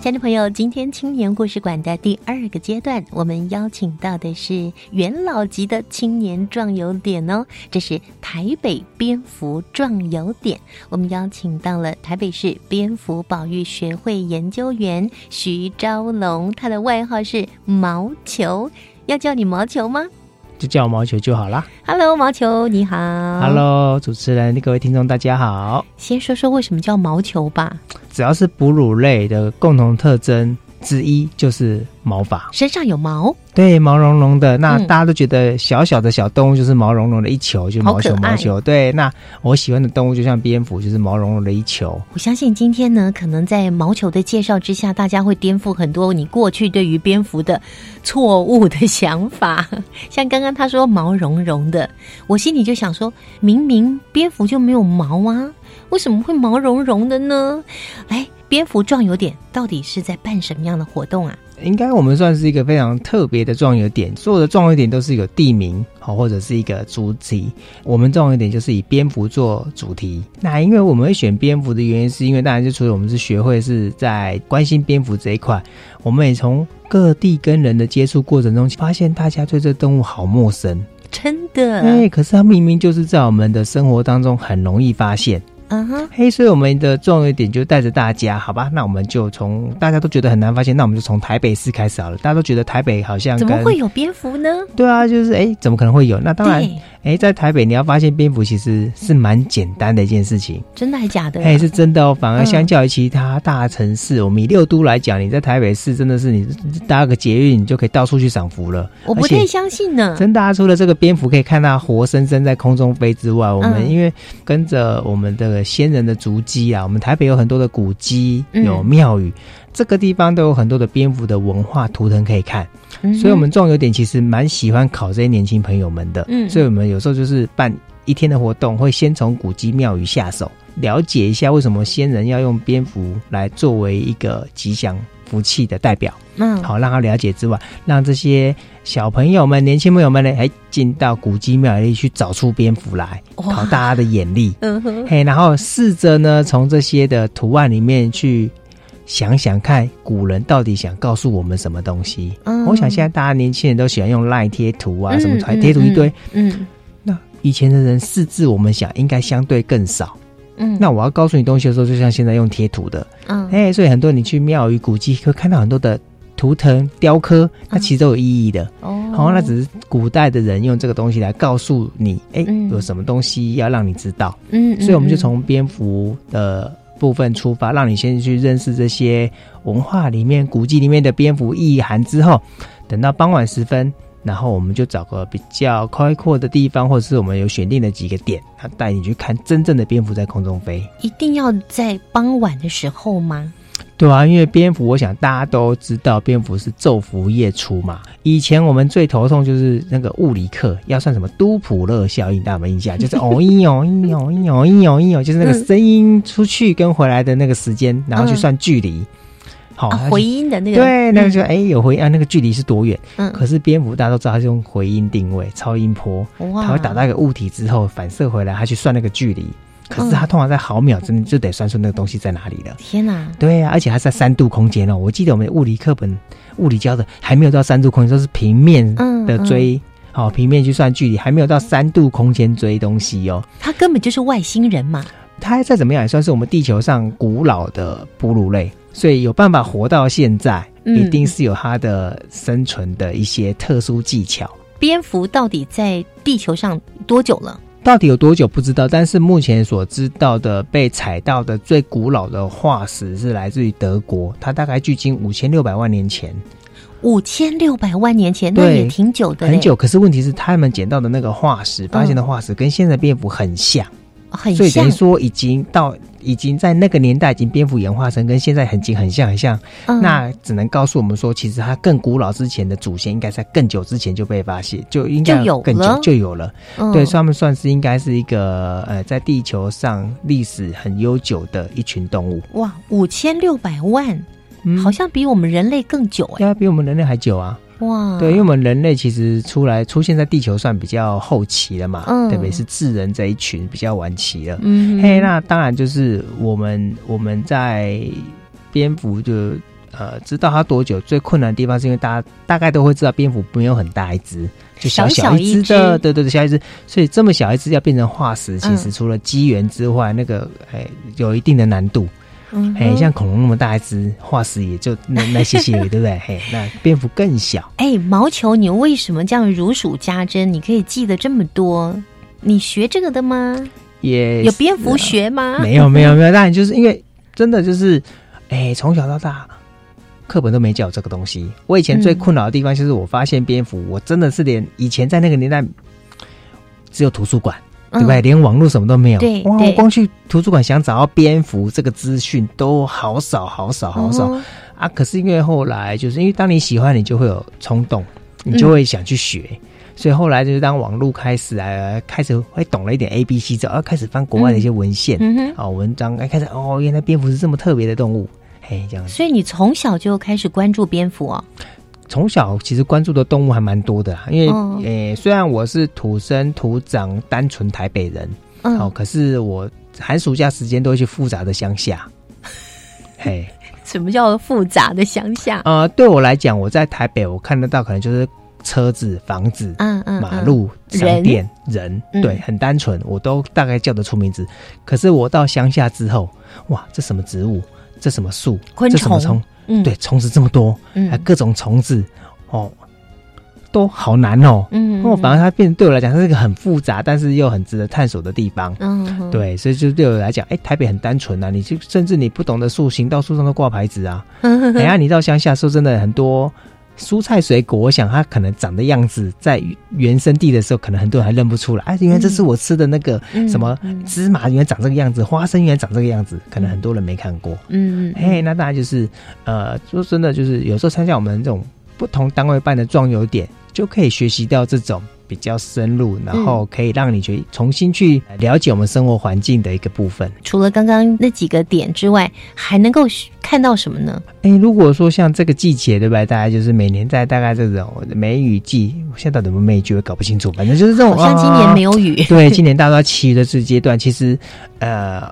A: 亲爱的朋友，今天青年故事馆的第二个阶段，我们邀请到的是元老级的青年壮游点哦，这是台北蝙蝠壮游点。我们邀请到了台北市蝙蝠保育学会研究员徐昭龙，他的外号是毛球，要叫你毛球吗
S: 就叫我毛球就好啦。
A: ？Hello，毛球，你好。
D: 嗯
S: Hello，主持人，各位听众，大家好。
A: 先说说为什么叫毛球吧，
S: 只要是哺乳类的共同特征之一就是毛发，
A: 身上有毛，
S: 对，毛茸茸的。那
A: 嗯
S: 大家都觉得小小的小动物就是毛茸茸的一球，就
A: 好
S: 毛球
A: 可爱哦
S: 毛球。对，那我喜欢的动物就像蝙蝠，就是毛茸茸的一球。
A: 我相信今天呢，可能在毛球的介绍之下，大家会颠覆很多你过去对于蝙蝠的错误的想法。像刚刚他说毛茸茸的，我心里就想说，明明蝙蝠就没有毛啊，为什么会毛茸茸的呢？来，蝙蝠壮游点到底是在办什么样的活动啊？
S: 应该我们算是一个非常特别的壮游点，所有的壮游点都是有地名好或者是一个主题。我们壮游点就是以蝙蝠做主题。那因为我们会选蝙蝠的原因，是因为当然就除了我们是学会是在关心蝙蝠这一块，我们也从各地跟人的接触过程中，发现大家对这动物好陌生，
A: 真的。
S: 哎、欸，可是它明明就是在我们的生活当中很容易发现。
A: 嗯哼，
S: 嘿，所以我们的重要点就带着大家，好吧？那我们就从大家都觉得很难发现，那我们就从台北市开始好了。大家都觉得台北好像
A: 怎么会有蝙蝠呢？
S: 对啊，就是哎、欸，怎么可能会有？那当然，哎、欸，在台北你要发现蝙蝠其实是蛮简单的一件事情，
A: 真的还假的、啊？
S: 哎、欸，是真的哦。反而相较于其他大城市，嗯、我们以六都来讲，你在台北市真的是你搭个捷运，你就可以到处去赏福了。
A: 我不太相信呢。嗯
S: 真的、啊，除了这个蝙蝠可以看到活生生在空中飞之外，我们因为跟着我们的。先人的足迹啊，我们台北有很多的古迹，有庙宇，嗯、这个地方都有很多的蝙蝠的文化图腾可以看，嗯、所以我们壮游点其实蛮喜欢考这些年轻朋友们的，嗯，所以我们有时候就是办一天的活动，会先从古迹庙宇下手，了解一下为什么先人要用蝙蝠来作为一个吉祥福气的代表，
A: 嗯，
S: 好让他了解之外，让这些。小朋友们、年轻朋友们呢，还进到古迹庙里去找出蝙蝠来，考大家的眼力。
A: 嗯哼，
S: 嘿，然后试着呢，从这些的图案里面去想想看，古人到底想告诉我们什么东西。
A: 嗯，
S: 我想现在大家年轻人都喜欢用赖贴图啊，嗯、什么还贴图一堆。
A: 嗯，嗯
S: 那以前的人识字，我们想应该相对更少。
A: 嗯，
S: 那我要告诉你东西的时候，就像现在用贴图的。
A: 嗯，
S: 哎，所以很多你去庙宇古迹会看到很多的。图腾、雕刻，它其实都有意义的。
A: 嗯哦，
S: 好，那只是古代的人用这个东西来告诉你，哎、欸，嗯、有什么东西要让你知道。
A: 嗯，嗯
S: 所以我们就从蝙蝠的部分出发，让你先去认识这些文化里面、古迹里面的蝙蝠意涵之后，等到傍晚时分，然后我们就找个比较开阔的地方，或者是我们有选定的几个点，他带你去看真正的蝙蝠在空中飞。
A: 一定要在傍晚的时候吗？
S: 对啊，因为蝙蝠，我想大家都知道，蝙蝠是昼伏夜出嘛。以前我们最头痛就是那个物理课要算什么都普勒效应，大家有没有印象？就是哦一哦一哦一哦一哦一哦，就是那个声音出去跟回来的那个时间，然后去算距离。好、
A: 啊，回音的那个
S: 哦对，那个就哎、欸、有回音啊，那个距离是多远？嗯，可是蝙蝠大家都知道，它是用回音定位，超音波，它会打到一个物体之后反射回来，它去算那个距离。可是它通常在毫秒之内就得算出那个东西在哪里了。
A: 天哪、啊！
S: 对呀、啊，而且还在三度空间哦。我记得我们物理课本物理教的还没有到三度空间，都是平面的追，嗯嗯、哦，平面去算距离，还没有到三度空间追东西哦。
A: 它根本就是外星人嘛！
S: 它再怎么样也算是我们地球上古老的哺乳类，所以有办法活到现在，一定是有它的生存的一些特殊技巧。嗯、
A: 蝙蝠到底在地球上多久了？
S: 到底有多久不知道，但是目前所知道的被采到的最古老的化石是来自于德国，它大概距今五千六百万年前。
A: 五千六百万年前，那也挺久的，
S: 很久。可是问题是，他们捡到的那个化石，发现的化石跟现在蝙蝠很像，
A: 哦、很像，
S: 所以等于说已经到。已经在那个年代，已经蝙蝠演化成跟现在很近很像很像，嗯、那只能告诉我们说，其实它更古老之前的祖先应该在更久之前就被发现，就应该
A: 有
S: 更久就有了。
A: 嗯、
S: 对，所以他们算是应该是一个呃，在地球上历史很悠久的一群动物。
A: 哇，五千六百万，嗯、好像比我们人类更久哎、
S: 欸，要比我们人类还久啊。
A: 哇，
S: 对，因为我们人类其实出来出现在地球算比较后期了嘛，
A: 嗯、
S: 特别是智人这一群比较晚期了。
A: 嗯，
S: 嘿，那当然就是我们我们在蝙蝠就呃知道它多久最困难的地方，是因为大家大概都会知道蝙蝠没有很大一只，就小
A: 小
S: 一只的，对对对，小一只，所以这么小一只要变成化石，其
A: 嗯
S: 实除了机缘之外，嗯、那个哎有一定的难度。
A: 嗯
S: 哎，像恐龙那么大一只，化石也就那那些 些，对不对？嘿，那蝙蝠更小。
A: 哎，毛球，你为什么这样如数家珍？你可以记得这么多？你学这个的吗？
S: 也
A: 有蝙蝠学吗？
S: 呃没有，没有，没有。当然就是因为真的就是，哎，从小到大课本都没教这个东西。我以前最困扰的地方就是我发现蝙蝠，我真的是连以前在那个年代只有图书馆。对不对？连网络什么都没有，
A: 嗯对，
S: 哇！我光去图书馆想找到蝙蝠这个资讯都好少、好少、好少、
A: 嗯、
S: 啊！可是因为后来，就是因为当你喜欢，你就会有冲动，你就会想去学。嗯、所以后来就是当网络开始啊，开始会懂了一点 A、B、C 之后，啊，开始翻国外的一些文献、
A: 嗯、
S: 啊文章，哎、啊，开始哦，原来蝙蝠是这么特别的动物。嘿，这样子。
A: 所以你从小就开始关注蝙蝠哦。
S: 从小其实关注的动物还蛮多的啦，因为、哦、诶，虽然我是土生土长单纯台北人，嗯、哦，可是我寒暑假时间都会去复杂的乡下。嘿，
A: 什么叫复杂的乡下？
S: 呃，对我来讲，我在台北我看得到可能就是车子、房子、
A: 嗯嗯、
S: 马路、商店、人，对，很单纯，我都大概叫得出名字。可是我到乡下之后，哇，这什么植物？这什么树？
A: 昆
S: 这什么虫？
A: 嗯，
S: 对，虫子这么多，嗯，各种虫子，哦，都好难哦。嗯，那我反而它变对我来讲，它是一个很复杂，但是又很值得探索的地方。
A: 嗯，
S: 对，所以就对我来讲，哎，台北很单纯啊，你就甚至你不懂的树，行到树上都挂牌子啊。 嗯，等下你到乡下，说真的，很多蔬菜水果，我想它可能长的样子，在原生地的时候，可能很多人还认不出来。哎，原来这是我吃的那个
A: 嗯
S: 什么芝麻，原来长这个样子，花生原来长这个样子，可能很多人没看过。
A: 嗯，
S: 哎，那大家就是呃，说真的，就是有时候参加我们这种。不同单位办的壮游点，就可以学习到这种比较深入，然
A: 嗯
S: 后可以让你去重新去了解我们生活环境的一个部分。
A: 除了刚刚那几个点之外，还能够看到什么呢？
S: 哎、欸，如果说像这个季节，对吧？大概就是每年在大概这种梅雨季，我现在到底有没有雨季，我搞不清楚。反正就是这种，
A: 好像今年没有雨。啊、
S: 对，今年大到七的这阶段，其实呃。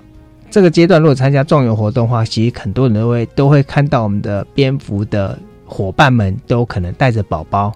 S: 这个阶段，如果参加壮游活动的话，其实很多人都会都会看到我们的蝙蝠的。伙伴们都可能带着宝宝，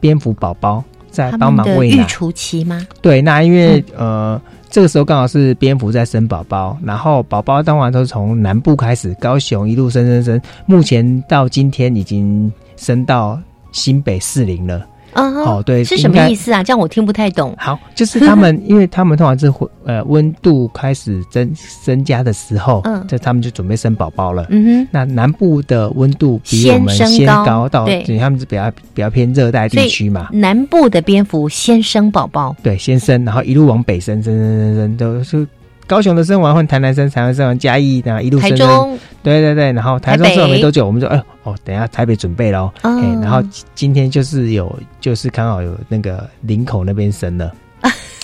S: 蝙蝠宝宝在帮忙喂奶。
A: 育雏期吗？
S: 对，那因为、嗯、呃，这个时候刚好是蝙蝠在生宝宝，然后宝宝当然都是从南部开始，高雄一路生生生，目前到今天已经生到新北士林了。
A: 嗯，
S: 哦，对，
A: 是什么意思啊？这样我听不太懂。
S: 好，就是他们， 因为他们通常是呃温度开始增增加的时候，
A: 嗯，
S: 这他们就准备生宝宝了。
A: 嗯哼，
S: 那南部的温度比我们先高到，对，他们是比较比较偏热带地区嘛。
A: 南部的蝙蝠先生宝宝，
S: 对，先生，然后一路往北生，生生生生，都是高雄的生完，换台南生，台湾生完嘉义，然后一路生
A: 中，嗯
S: 对对对，然后台中生完没多久，我们就哎。哦，等下台北准备喽，哎、嗯欸，然后今天就是有，就是刚好有那个林口那边 生了，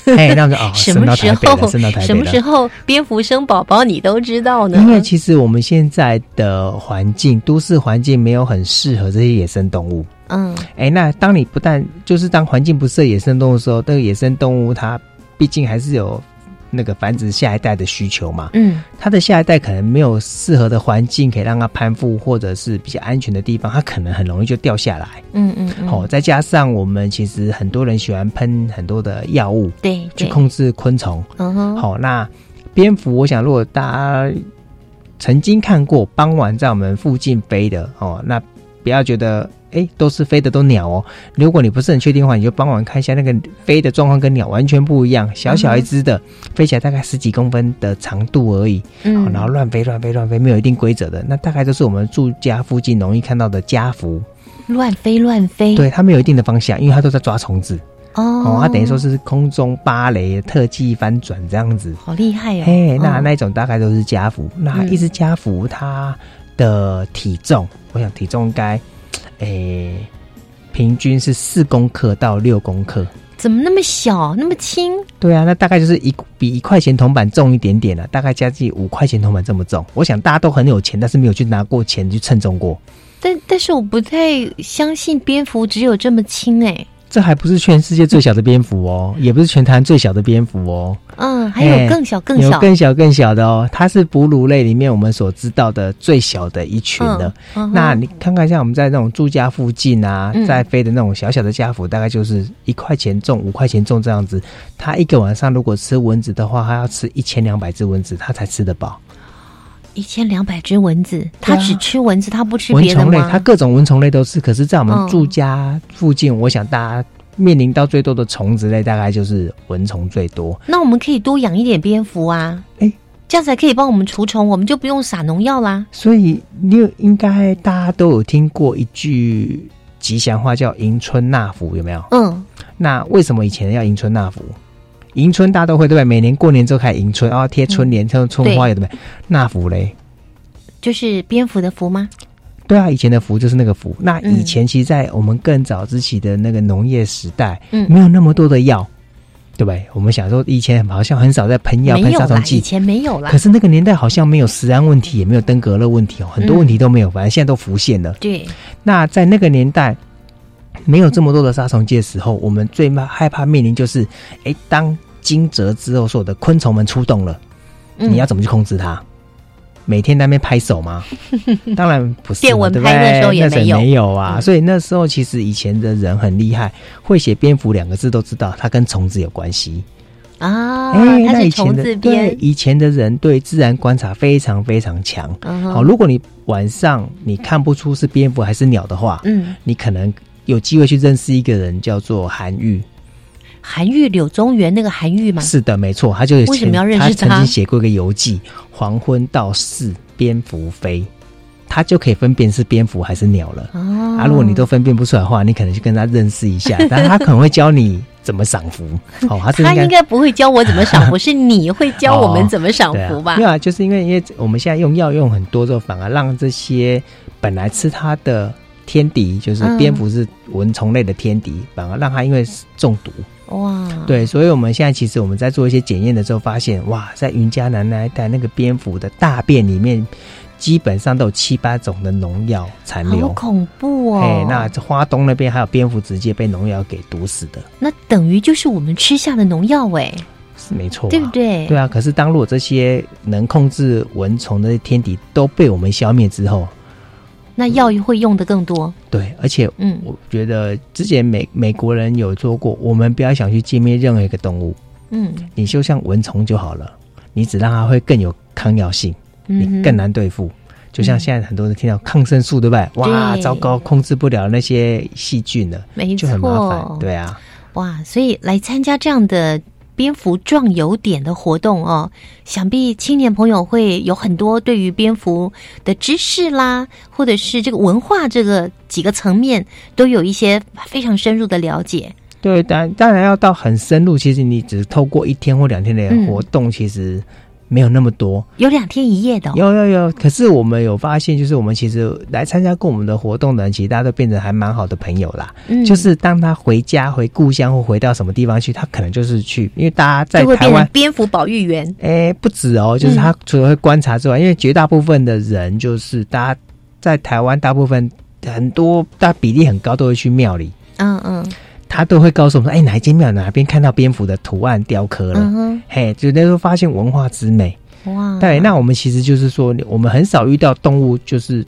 S: 哎欸，那我们哦，
A: 什么时
S: 候生到台北了？
A: 什么时候蝙蝠生宝宝你都知道呢？
S: 因为其实我们现在的环境，都市环境没有很适合这些野生动物。
A: 嗯，
S: 哎、欸，那当你不但就是当环境不适合野生动物的时候，那个野生动物它毕竟还是有。那个繁殖下一代的需求嘛，
A: 嗯，
S: 它的下一代可能没有适合的环境可以让它攀附，或者是比较安全的地方，它可能很容易就掉下来。
A: 嗯嗯，
S: 好、嗯哦，再加上我们其实很多人喜欢喷很多的药物，
A: 对，
S: 去控制昆虫。
A: 嗯哼，
S: 好、哦，那蝙蝠，我想如果大家曾经看过傍晚在我们附近飞的哦，那不要觉得。哎，都是飞的都鸟哦。如果你不是很确定的话，你就帮忙看一下那个飞的状况跟鸟完全不一样。小小一只的，嗯、飞起来大概十几公分的长度而已。
A: 嗯、
S: 哦，然后乱飞乱飞乱飞，没有一定规则的。那大概都是我们住家附近容易看到的
A: 嗯
S: 家蝠。
A: 乱飞乱飞，
S: 对，它没有一定的方向，因为它都在抓虫子。
A: 哦，
S: 它、哦、等于说是空中芭蕾特技翻转这样子，
A: 好厉害哦。
S: 哎，那那一种大概都是家蝠。那一只家蝠它的体重，嗯、我想体重应该。诶、欸，平均是四公克到六公克，
A: 怎么那么小，那么轻？
S: 对啊，那大概就是一比一块钱铜板重一点点了、啊，大概加计五块钱铜板这么重。我想大家都很有钱，但是没有去拿过钱去称重过。
A: 但但是我不太相信蝙蝠只有这么轻哎、欸。
S: 这还不是全世界最小的蝙蝠哦，也不是全台湾最小的蝙蝠哦。
A: 嗯，还有更小更小、
S: 有更小更小的哦，它是哺乳类里面我们所知道的最小的一群了。
A: 嗯嗯、
S: 那你看看像我们在那种住家附近啊，嗯、在飞的那种小小的家蝠，大概就是一块钱重、五块钱重这样子。它一个晚上如果吃蚊子的话，它要吃一千两百只蚊子，它才吃得饱。
A: 一千两百只蚊子，它只吃蚊子，它不吃别嗯
S: 的啊蚊虫类，它各种蚊虫类都吃。可是，在我们住家附近，嗯、我想大家面临到最多的虫子类，大概就是蚊虫最多。
A: 那我们可以多养一点蝙蝠啊，
S: 哎、欸，
A: 这样才可以帮我们除虫，我们就不用撒农药啦。
S: 所以，你应该大家都有听过一句吉祥话，叫“迎春纳福”，有没有？
A: 嗯。
S: 那为什么以前要迎春纳福？迎春大家都会对吧？每年过年之后开始迎春，然后贴春联、贴、嗯、春花有的没？那福嘞，
A: 就是蝙蝠的福吗？
S: 对啊，以前的福就是那个福。那以前其实，在我们更早之前的那个农业时代，
A: 嗯，
S: 没有那么多的药，对不对？我们想说以前好像很少在喷药、
A: 没
S: 喷
A: 有
S: 杀虫
A: 啦，
S: 剂
A: 以，前没有啦。
S: 可是那个年代好像没有食安问题，也没有登革热问题哦，很多
A: 嗯
S: 问题都没有，反正现在都浮现了。
A: 对，
S: 那在那个年代没有这么多的杀虫剂的时候，我们最怕害怕面临就是，哎，当惊蛰之后，所有的昆虫们出动了，
A: 嗯
S: 你要怎么去控制它？每天在那边拍 手吗？当然不是嘛，
A: 电蚊
S: 对不
A: 拍
S: 对
A: 那时候也
S: 那
A: 没有嗯
S: 没有啊。所以那时候其实以前的人很厉害，会写“蝙蝠”两个字都知道，它跟虫子有关系。
A: 啊，
S: 哎，
A: 它
S: 那
A: 是
S: 以前
A: 虫
S: 的
A: 字
S: 对
A: 边，
S: 以前的人对自然观察非常非常强。好、
A: 嗯哼
S: 如果你晚上你看不出是蝙蝠还是鸟的话，
A: 嗯，
S: 你可能有机会去认识一个人叫做韩愈。
A: 韩愈、柳宗元那个韩愈嘛，
S: 是的，没错，他就是
A: 为什么
S: 前
A: 要认识
S: 他？曾
A: 他
S: 经写过一个游记《黄昏到四蝙蝠飞》，他就可以分辨是蝙蝠还是鸟了。
A: 哦
S: 啊，如果你都分辨不出来的话，你可能去跟他认识 一下，但他可能会教你怎么赏福。哦，他是
A: 他
S: 应该
A: 应该不会教我怎么 赏福，是你会教我们怎么赏福吧
S: 对啊？没有啊，就是因为因为我们现在用药用很多之后，反而让这些本来吃它的天敌，就是
A: 嗯
S: 蝙蝠是蚊虫类的天敌，反而让它因为中毒。
A: 哇，
S: 哦对，所以我们现在其实我们在做一些检验的时候，发现哇，在云嘉南那一带那个蝙蝠的大便里面，基本上都有七八种的农药残
A: 好
S: 留。
A: 恐怖哦！
S: 哎，那花东那边还有蝙蝠直接被农药给毒死的，
A: 那等于就是我们吃下的农药哎，
S: 是没错、啊，
A: 对不对
S: 对啊，可是当如果这些能控制蚊虫的天敌都被我们消灭之后，
A: 那药会用的更多。
S: 对，而且，
A: 嗯
S: 我觉得之前美美国人有做过，我们不要想去歼灭任何一个动物，
A: 嗯
S: 你就像蚊虫就好了，你只让它会更有抗药性，
A: 嗯哼
S: 你更难对付。就像现在很多人听到抗生素，对不对？哇，
A: 嗯对
S: 糟糕，控制不了那些细菌了，
A: 没
S: 就很麻
A: 错
S: 烦。对啊，
A: 哇，所以来参加这样的蝙蝠壮游点的活动哦，想必青年朋友会有很多对于蝙蝠的知识啦，或者是这个文化这个几个层面都有一些非常深入的了解。
S: 对，当当然要到很深入，其实你只透过一天或两天的
A: 嗯
S: 活动，其实没有那么多。
A: 有两天一夜的、哦，
S: 有有有，可是我们有发现，就是我们其实来参加过我们的活动的人，其实大家都变成还蛮好的朋友啦。
A: 嗯
S: 就是当他回家、回故乡或回到什么地方去，他可能就是去，因为大家在
A: 就会
S: 台
A: 变成
S: 湾。
A: 蝙蝠保育员。
S: 哎，不止哦，就
A: 嗯
S: 是他除了会观察之外，因为绝大部分的人就是大家在台湾，大部分很多大比例很高都会去庙里，
A: 嗯嗯
S: 他都会告诉我们说，哎，哪一间庙哪边看到蝙蝠的图案雕刻了，
A: 嗯哼
S: 嘿，就那时候发现文化之美。
A: 哇，
S: 对，那我们其实就是说，我们很少遇到动物，就是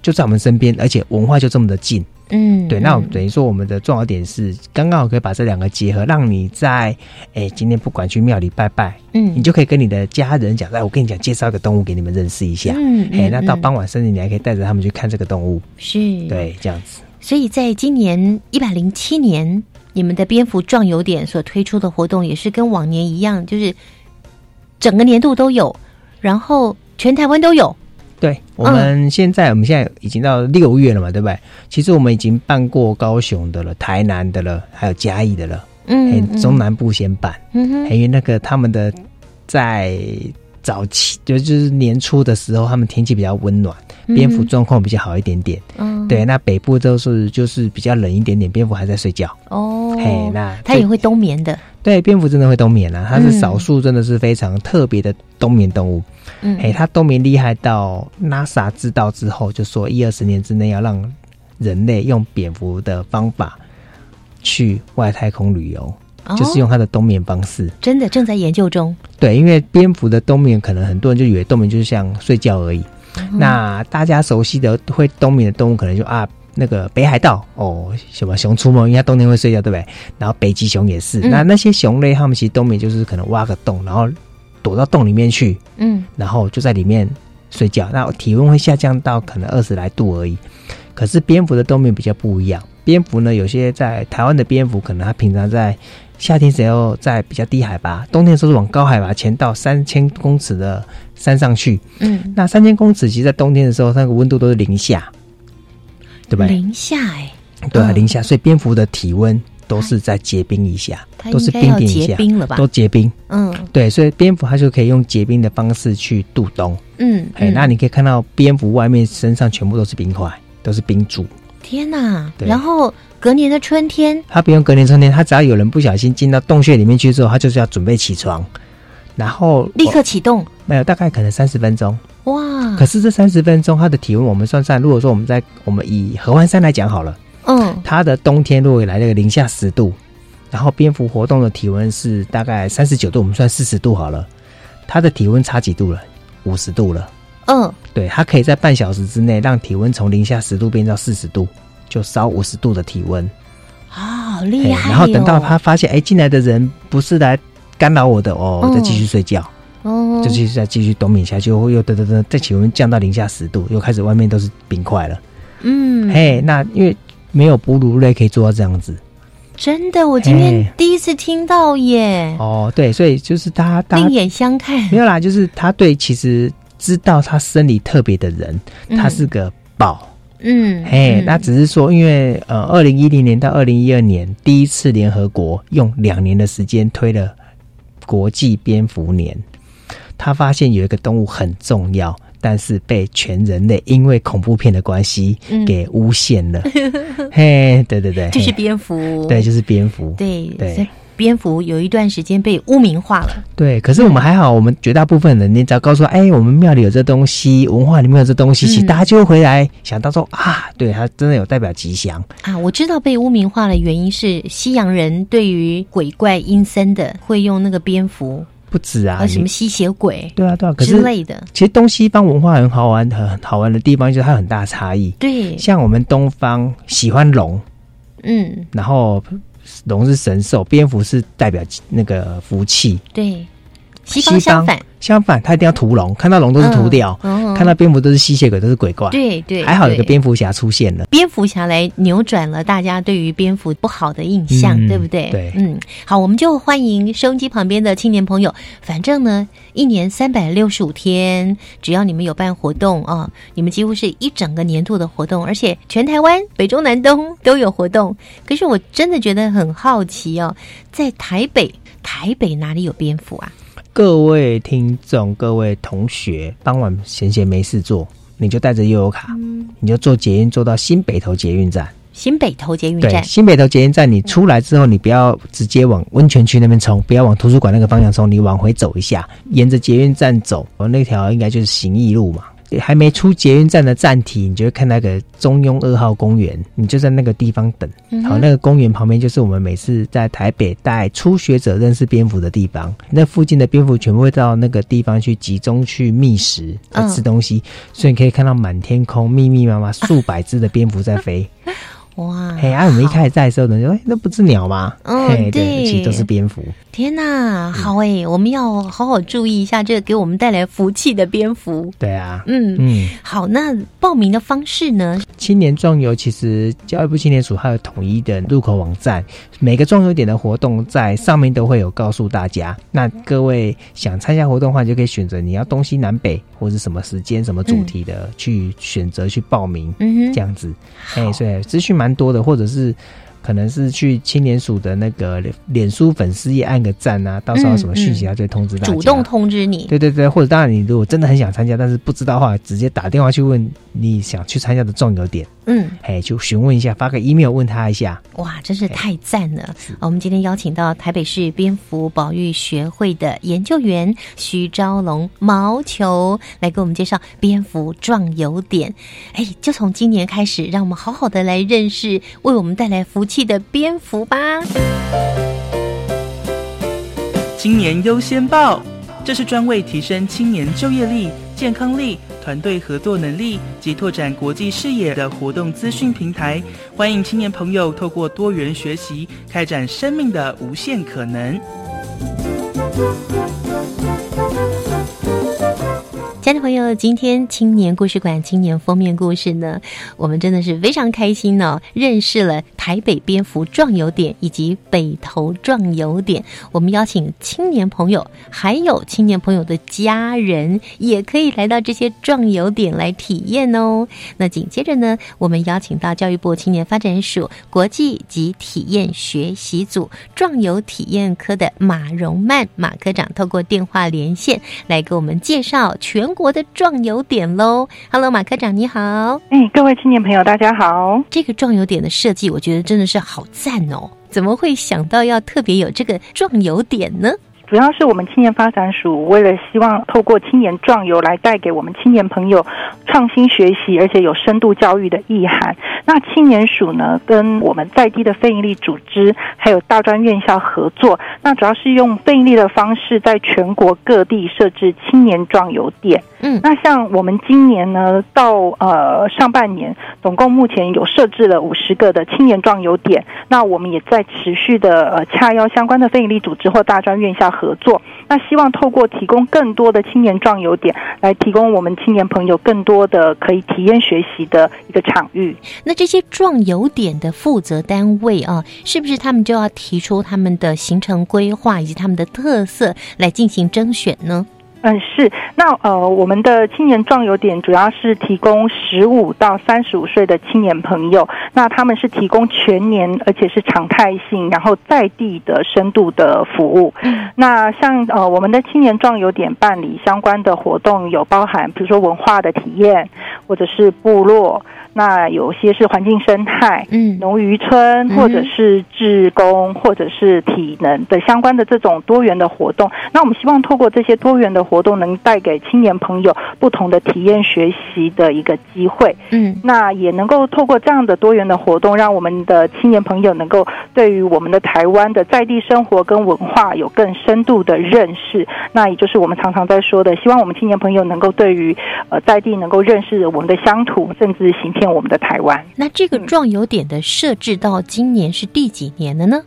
S: 就在我们身边，而且文化就这么的近。
A: 嗯，
S: 对，那我
A: 嗯
S: 们等于说我们的重要点是，刚刚好可以把这两个结合，让你在哎今天不管去庙里拜拜，
A: 嗯
S: 你就可以跟你的家人讲，哎，我跟你讲，介绍一个动物给你们认识一下。
A: 嗯嗯
S: 哎，那到
A: 嗯
S: 傍晚甚至你还可以带着他们去看这个动物。
A: 是
S: 对，这样子。
A: 所以在今年一百零七年，你们的蝙蝠壮游点所推出的活动也是跟往年一样，就是整个年度都有，然后全台湾都有。
S: 对，我
A: 嗯
S: 们现在、我们现在已经到六月了嘛，对不对？其实我们已经办过高雄的了、台南的了，还有嘉义的了，
A: 嗯
S: 嘿
A: 嗯
S: 中南部先办，
A: 嗯哼
S: 嘿因为那个他们的在早期，就就是年初的时候，他们天气比较温暖，
A: 嗯哼
S: 蝙蝠状况比较好一点点。
A: 嗯
S: 对，那北部都是就是比较冷一点点，蝙蝠还在睡觉。
A: 哦，
S: 嘿那
A: 它也会冬眠的。
S: 对，蝙蝠真的会冬眠啊，它是
A: 嗯
S: 少数真的是非常特别的冬眠动物。
A: 嗯
S: 哎，它冬眠厉害到 NASA 知道之后，就说一二十年之内要让人类用蝙蝠的方法去外太空旅游，
A: 哦
S: 就是用它的冬眠方式。
A: 真的正在研究中。
S: 对，因为蝙蝠的冬眠，可能很多人就以为冬眠就是像睡觉而已。
A: 嗯
S: 那大家熟悉的会冬眠的动物，可能就啊，那个北海道哦，什么熊出没，因为它冬天会睡觉，对不对？然后北极熊也是。
A: 嗯
S: 那那些熊类，它们其实冬眠就是可能挖个洞，然后躲到洞里面去，
A: 嗯
S: 然后就在里面睡觉。那体温会下降到可能二十来度而已。可是蝙蝠的冬眠比较不一样，蝙蝠呢，有些在台湾的蝙蝠，可能它平常在夏天时候在比较低海拔，冬天的时候是往高海拔前到三千公尺的山上去。
A: 嗯，
S: 那三千公尺其实在冬天的时候，那个温度都是零下，对吧？
A: 零下哎，
S: 对啊，零下，所以蝙蝠的体温都是在结冰以下
A: 它，
S: 都是
A: 应该
S: 冰
A: 要
S: 点
A: 结
S: 以下，
A: 冰了吧
S: 都结冰。
A: 嗯
S: 对，所以蝙蝠它就可以用结冰的方式去度冬。
A: 嗯，
S: 哎、
A: 嗯
S: 那你可以看到蝙蝠外面身上全部都是冰块，都是冰柱。
A: 天哪！
S: 对
A: 然后隔年的春天，
S: 他不用隔年春天，他只要有人不小心进到洞穴里面去之后，他就是要准备起床，然后
A: 立刻启动。
S: 没有，大概可能三十分钟。
A: 哇！
S: 可是这三十分钟，它的体温我们算算，如果说我们在我们以合欢山来讲好了，
A: 嗯，
S: 它的冬天如果来那个零下十度，然后蝙蝠活动的体温是大概三十九度，我们算四十度好了，它的体温差几度了？五十度了。
A: 嗯，
S: 对，它可以在半小时之内让体温从零下十度变到四十度，就烧五十度的体温。
A: 好厉害、哦！
S: 哎然后等到他发现，哎，进来的人不是来干扰我的哦，我再
A: 嗯
S: 继续睡觉。
A: 哦，
S: 就继续再继续冬眠下去，又又噔噔噔，再气温降到零下十度，又开始外面都是冰块了。
A: 嗯，
S: 嘿，那因为没有哺乳类可以做到这样子
A: 真的，我今天
S: 哎
A: 第一次听到耶，
S: 哦，对，所以就是他他
A: 另眼相看。
S: 没有啦，就是他对其实知道他生理特别的人，
A: 嗯
S: 他是个宝。
A: 嗯，
S: 嘿，
A: 嗯
S: 那只是说，因为呃，二零一零年到二零一二年，第一次联合国用两年的时间推了国际蝙蝠年，他发现有一个动物很重要，但是被全人类因为恐怖片的关系
A: 嗯
S: 给诬陷 了。嘿，对对对，
A: 就是
S: 嘿
A: 蝙蝠，
S: 对，就是蝙蝠，
A: 对
S: 对
A: 所以蝙蝠有一段时间被污名化了。
S: 对，可是我们还好，我们绝大部分人，你只要告诉他，哎，我们庙里有这东西，文化里面有这东西，其实
A: 嗯
S: 大家就会回来想到说啊，对，它真的有代表吉祥。
A: 啊，我知道被污名化的原因是西洋人对于鬼怪阴森的会用那个蝙蝠，
S: 不止啊，
A: 和什么
S: 你
A: 吸血鬼，
S: 对啊对啊，可是
A: 之类的。
S: 其实东西方文化很好玩，很很好玩的地方就是它有很大差异。
A: 对，
S: 像我们东方喜欢龙，
A: 嗯，
S: 然后龙是神兽，蝙蝠是代表那个福气。
A: 对，西方相反，
S: 相反，它一定要屠龙，看到龙都是屠掉，
A: 嗯嗯
S: 看到蝙蝠都是吸血鬼，都是鬼怪。
A: 对对
S: 还好有
A: 对
S: 个蝙蝠侠出现了。
A: 蝙蝠侠来扭转了大家对于蝙蝠不好的印象，
S: 嗯
A: 对不对？
S: 对
A: 嗯，好，我们就欢迎收音机旁边的青年朋友。反正呢，一年三百六十五天，只要你们有办活动啊、你们几乎是一整个年度的活动，而且全台湾北中南东都有活动。可是我真的觉得很好奇哦，在台北，台北哪里有蝙蝠啊？
S: 各位听众、各位同学，傍晚闲闲没事做，你就带着悠游卡，你就坐捷运坐到新北投捷运站。
A: 新北投捷运
S: 对，
A: 站，
S: 新北投捷运站，你出来之后，你不要直接往温泉区那边冲，不要往图书馆那个方向冲，你往回走一下，沿着捷运站走，哦，那条应该就是行义路嘛。还没出捷运站的站体，你就会看那个中庸二号公园，你就在那个地方等。
A: 嗯哼
S: 好，那个公园旁边就是我们每次在台北带初学者认识蝙蝠的地方。那附近的蝙蝠全部会到那个地方去集中去觅食、呃
A: 嗯
S: 吃东西，所以你可以看到满天空密密麻麻数百只的蝙蝠在飞。
A: 哇！
S: 嘿，啊，我们一开始在的时候，人就说，哎，那不是鸟吗？
A: 嗯对
S: 嘿对，其实都是蝙蝠。
A: 天呐，好诶、我们要好好注意一下这个给我们带来福气的蝙蝠。
S: 对啊，
A: 嗯
S: 嗯，
A: 好，那报名的方式呢？
S: 青年壮游嗯其实教育部青年署还有统一的入口网站，每个壮游点的活动在上面都会有告诉大家。那各位想参加活动的话，就可以选择你要东西南北或是什么时间、什么主题的、去选择去报名，
A: 嗯哼
S: 这样子。哎，所以资讯蛮多的，或者是。可能是去青年署的那个脸脸书粉丝页按个赞啊，到时候有什么讯息
A: 嗯嗯
S: 他就会通知大家。
A: 主动通知你。
S: 对对对，或者当然，你如果真的很想参加，但是不知道的话，直接打电话去问你想去参加的壮游点，
A: 嗯，
S: 哎，就询问一下，发个 email 问他一下。
A: 哇，真是太赞了！啊我们今天邀请到台北市蝙蝠保育学会的研究员徐昭龙毛球来给我们介绍蝙蝠壮游点。哎，就从今年开始，让我们好好的来认识为我们带来福气的蝙蝠吧。
T: 青年优先报，这是专为提升青年就业力、健康力、团队合作能力及拓展国际视野的活动资讯平台。欢迎青年朋友透过多元学习，开展生命的无限可能。
A: 家人朋友，今天青年故事馆青年封面故事呢，我们真的是非常开心哦，认识了台北蝙蝠壮游点以及北投壮游点。我们邀请青年朋友，还有青年朋友的家人，也可以来到这些壮游点来体验哦。那紧接着呢，我们邀请到教育部青年发展署国际及体验学习组壮游体验科的马荣曼马科长，透过电话连线来给我们介绍全国的壮游点喽。Hello，马科长你好。
U: 哎，各位青年朋友大家好。
A: 这个壮游点的设计，我觉得真的是好赞哦！怎么会想到要特别有这个壮游点呢？
U: 主要是我们青年发展署为了希望透过青年壮游来带给我们青年朋友创新学习，而且有深度教育的意涵。那青年署呢，跟我们在地的非营利组织还有大专院校合作，那主要是用非营利的方式，在全国各地设置青年壮游点。
A: 嗯，
U: 那像我们今年呢，到呃上半年，总共目前有设置了五十个的青年壮游点。那我们也在持续的呃洽邀相关的非营利组织或大专院校。合作，那希望透过提供更多的青年壮游点，来提供我们青年朋友更多的可以体验学习的一个场域。
A: 那这些壮游点的负责单位啊，是不是他们就要提出他们的行程规划以及他们的特色来进行甄选呢？
U: 嗯，是。那呃，我们的青年壮游点主要是提供十五到三十五岁的青年朋友，那他们是提供全年而且是常态性，然后在地的深度的服务。嗯、那像呃，我们的青年壮游点办理相关的活动有包含，比如说文化的体验，或者是部落，那有些是环境生态，
A: 嗯，
U: 农渔村，或者是志工，或者是体能的相关的这种多元的活动。那我们希望透过这些多元的活活动能带给青年朋友不同的体验学习的一个机会，
A: 嗯，
U: 那也能够透过这样的多元的活动，让我们的青年朋友能够对于我们的台湾的在地生活跟文化有更深度的认识。那也就是我们常常在说的，希望我们青年朋友能够对于呃在地能够认识我们的乡土，甚至行骗我们的台湾。
A: 那这个壮游点的设置到今年是第几年了呢？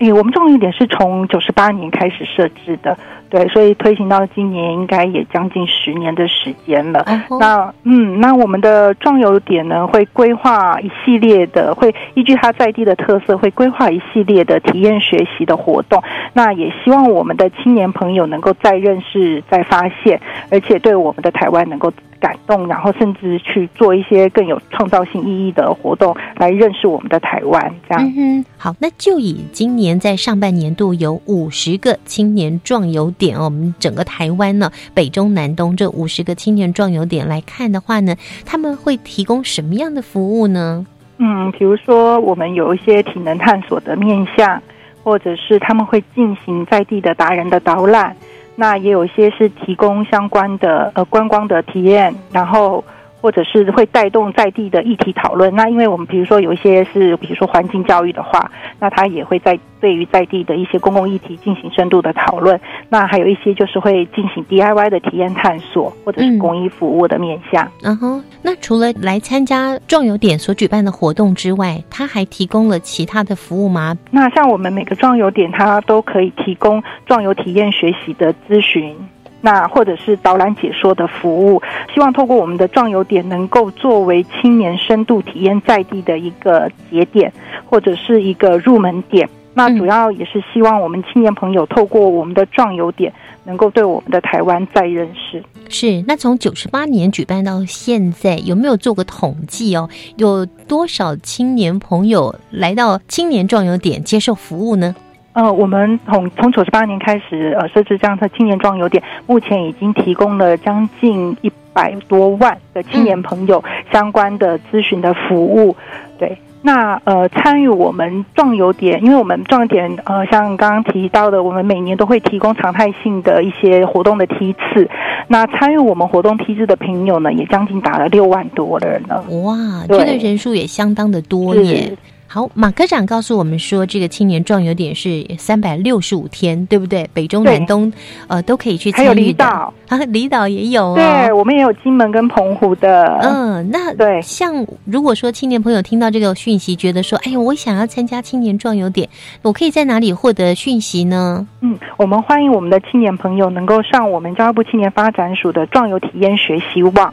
U: 诶，我们重一点是从九十八年开始设置的，对，所以推行到今年应该也将近十年的时间了。
A: Uh huh.
U: 那嗯，那我们的壮游点呢，会规划一系列的，会依据它在地的特色，会规划一系列的体验学习的活动。那也希望我们的青年朋友能够再认识、再发现，而且对我们的台湾能够。感动，然后甚至去做一些更有创造性意义的活动，来认识我们的台湾。这样，
A: 嗯哼，好，那就以今年在上半年度有五十个青年壮游点哦，我们整个台湾呢，北中南东这五十个青年壮游点来看的话呢，他们会提供什么样的服务呢？
U: 嗯，比如说我们有一些体能探索的面向，或者是他们会进行在地的达人的导览。那也有一些是提供相关的呃观光的体验，然后或者是会带动在地的议题讨论。那因为我们比如说有一些是比如说环境教育的话，那它也会在对于在地的一些公共议题进行深度的讨论。那还有一些就是会进行 DIY 的体验探索，或者是公益服务的面向。
A: 嗯哼、uh huh，那除了来参加壮游点所举办的活动之外，它还提供了其他的服务吗？
U: 那像我们每个壮游点，它都可以提供壮游体验学习的咨询。那或者是导览解说的服务，希望透过我们的壮游点，能够作为青年深度体验在地的一个节点，或者是一个入门点。那
A: 嗯
U: 主要也是希望我们青年朋友透过我们的壮游点，能够对我们的台湾再认识。
A: 是，那从九十八年举办到现在，哎有没有做个统计哦？有多少青年朋友来到青年壮游点接受服务呢？
U: 呃，我们从从九十八年开始，呃，设置这样的青年壮游点，目前已经提供了将近一百多万的青年朋友相关的咨询的服务。对，那呃，参与我们壮游点，因为我们壮游点，呃，像刚刚提到的，我们每年都会提供常态性的一些活动的梯次。那参与我们活动梯次的朋友呢，也将近达了六万多的人了。
A: 哇，这个人数也相当的多耶。好，马科长告诉我们说，这个青年壮游点是三百六十五天，对不对？北中南东，呃，都可以去参
U: 与的。还有
A: 离
U: 岛
A: 啊，离岛也有、哦。
U: 对，我们也有金门跟澎湖的。
A: 嗯，那
U: 对，
A: 像如果说青年朋友听到这个讯息，觉得说，哎，我想要参加青年壮游点，我可以在哪里获得讯息呢？
U: 嗯，我们欢迎我们的青年朋友能够上我们教育部青年发展署的壮游体验学习网。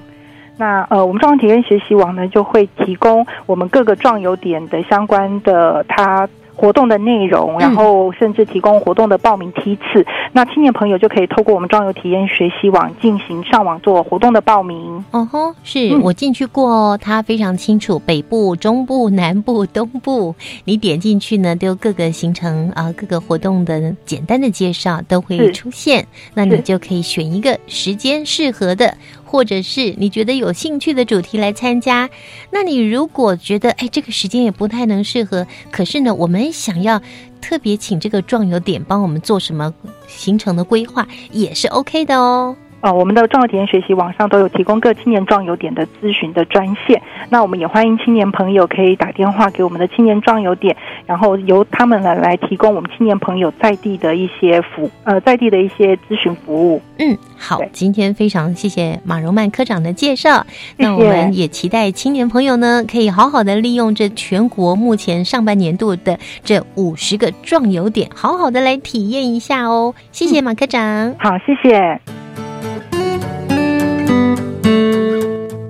U: 那呃，我们壮游体验学习网呢，就会提供我们各个壮游点的相关的它。活动的内
A: 嗯
U: 容，然后甚至提供活动的报名梯次。那青年朋友就可以透过我们壮游体验学习网进行上网做活动的报名。嗯
A: 哦吼，是我进去过哦，它非常清楚，北部、中部、 南部、东部，你点进去呢，都有各个行程啊、各个活动的简单的介绍都会
U: 是
A: 出现，那你就可以选一个时间适合的。或者是你觉得有兴趣的主题来参加。那你如果觉得哎这个时间也不太能适合，可是呢，我们想要特别请这个壮游点帮我们做什么行程的规划，也是 OK 的哦。
U: 呃，我们的壮游体验学习网上都有提供各青年壮游点的咨询的专线。那我们也欢迎青年朋友可以打电话给我们的青年壮游点，然后由他们来来提供我们青年朋友在地的一些服呃在地的一些咨询服务。
A: 嗯，好，今天非常谢谢马荣曼科长的介绍。那我们也期待青年朋友呢，可以好好的利用这全国目前上半年度的这五十个壮游点，好好的来体验一下哦。谢谢马科长。
U: 嗯好，谢谢。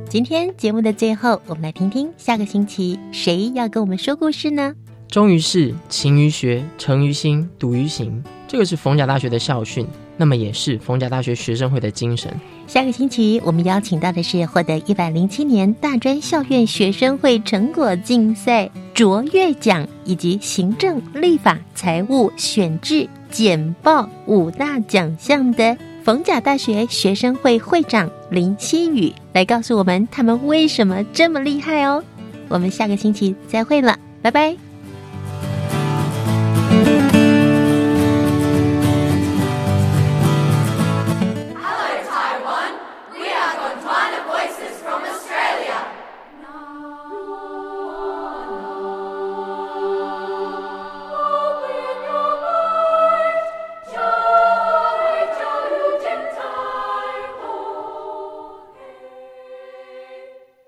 A: 今天节目的最后，我们来听听下个星期谁要跟我们说故事呢？
D: 忠于事，勤于学，诚于心，笃于行，这个是逢甲大学的校训，那么也是逢甲大学学生会的精神。
A: 下个星期我们邀请到的是获得一百零七年大专校院学生会成果竞赛卓越奖以及行政、立法、财务、选制、简报五大奖项的逢甲大学学生会会长林希宇来告诉我们他们为什么这么厉害哦。我们下个星期再会了，拜拜。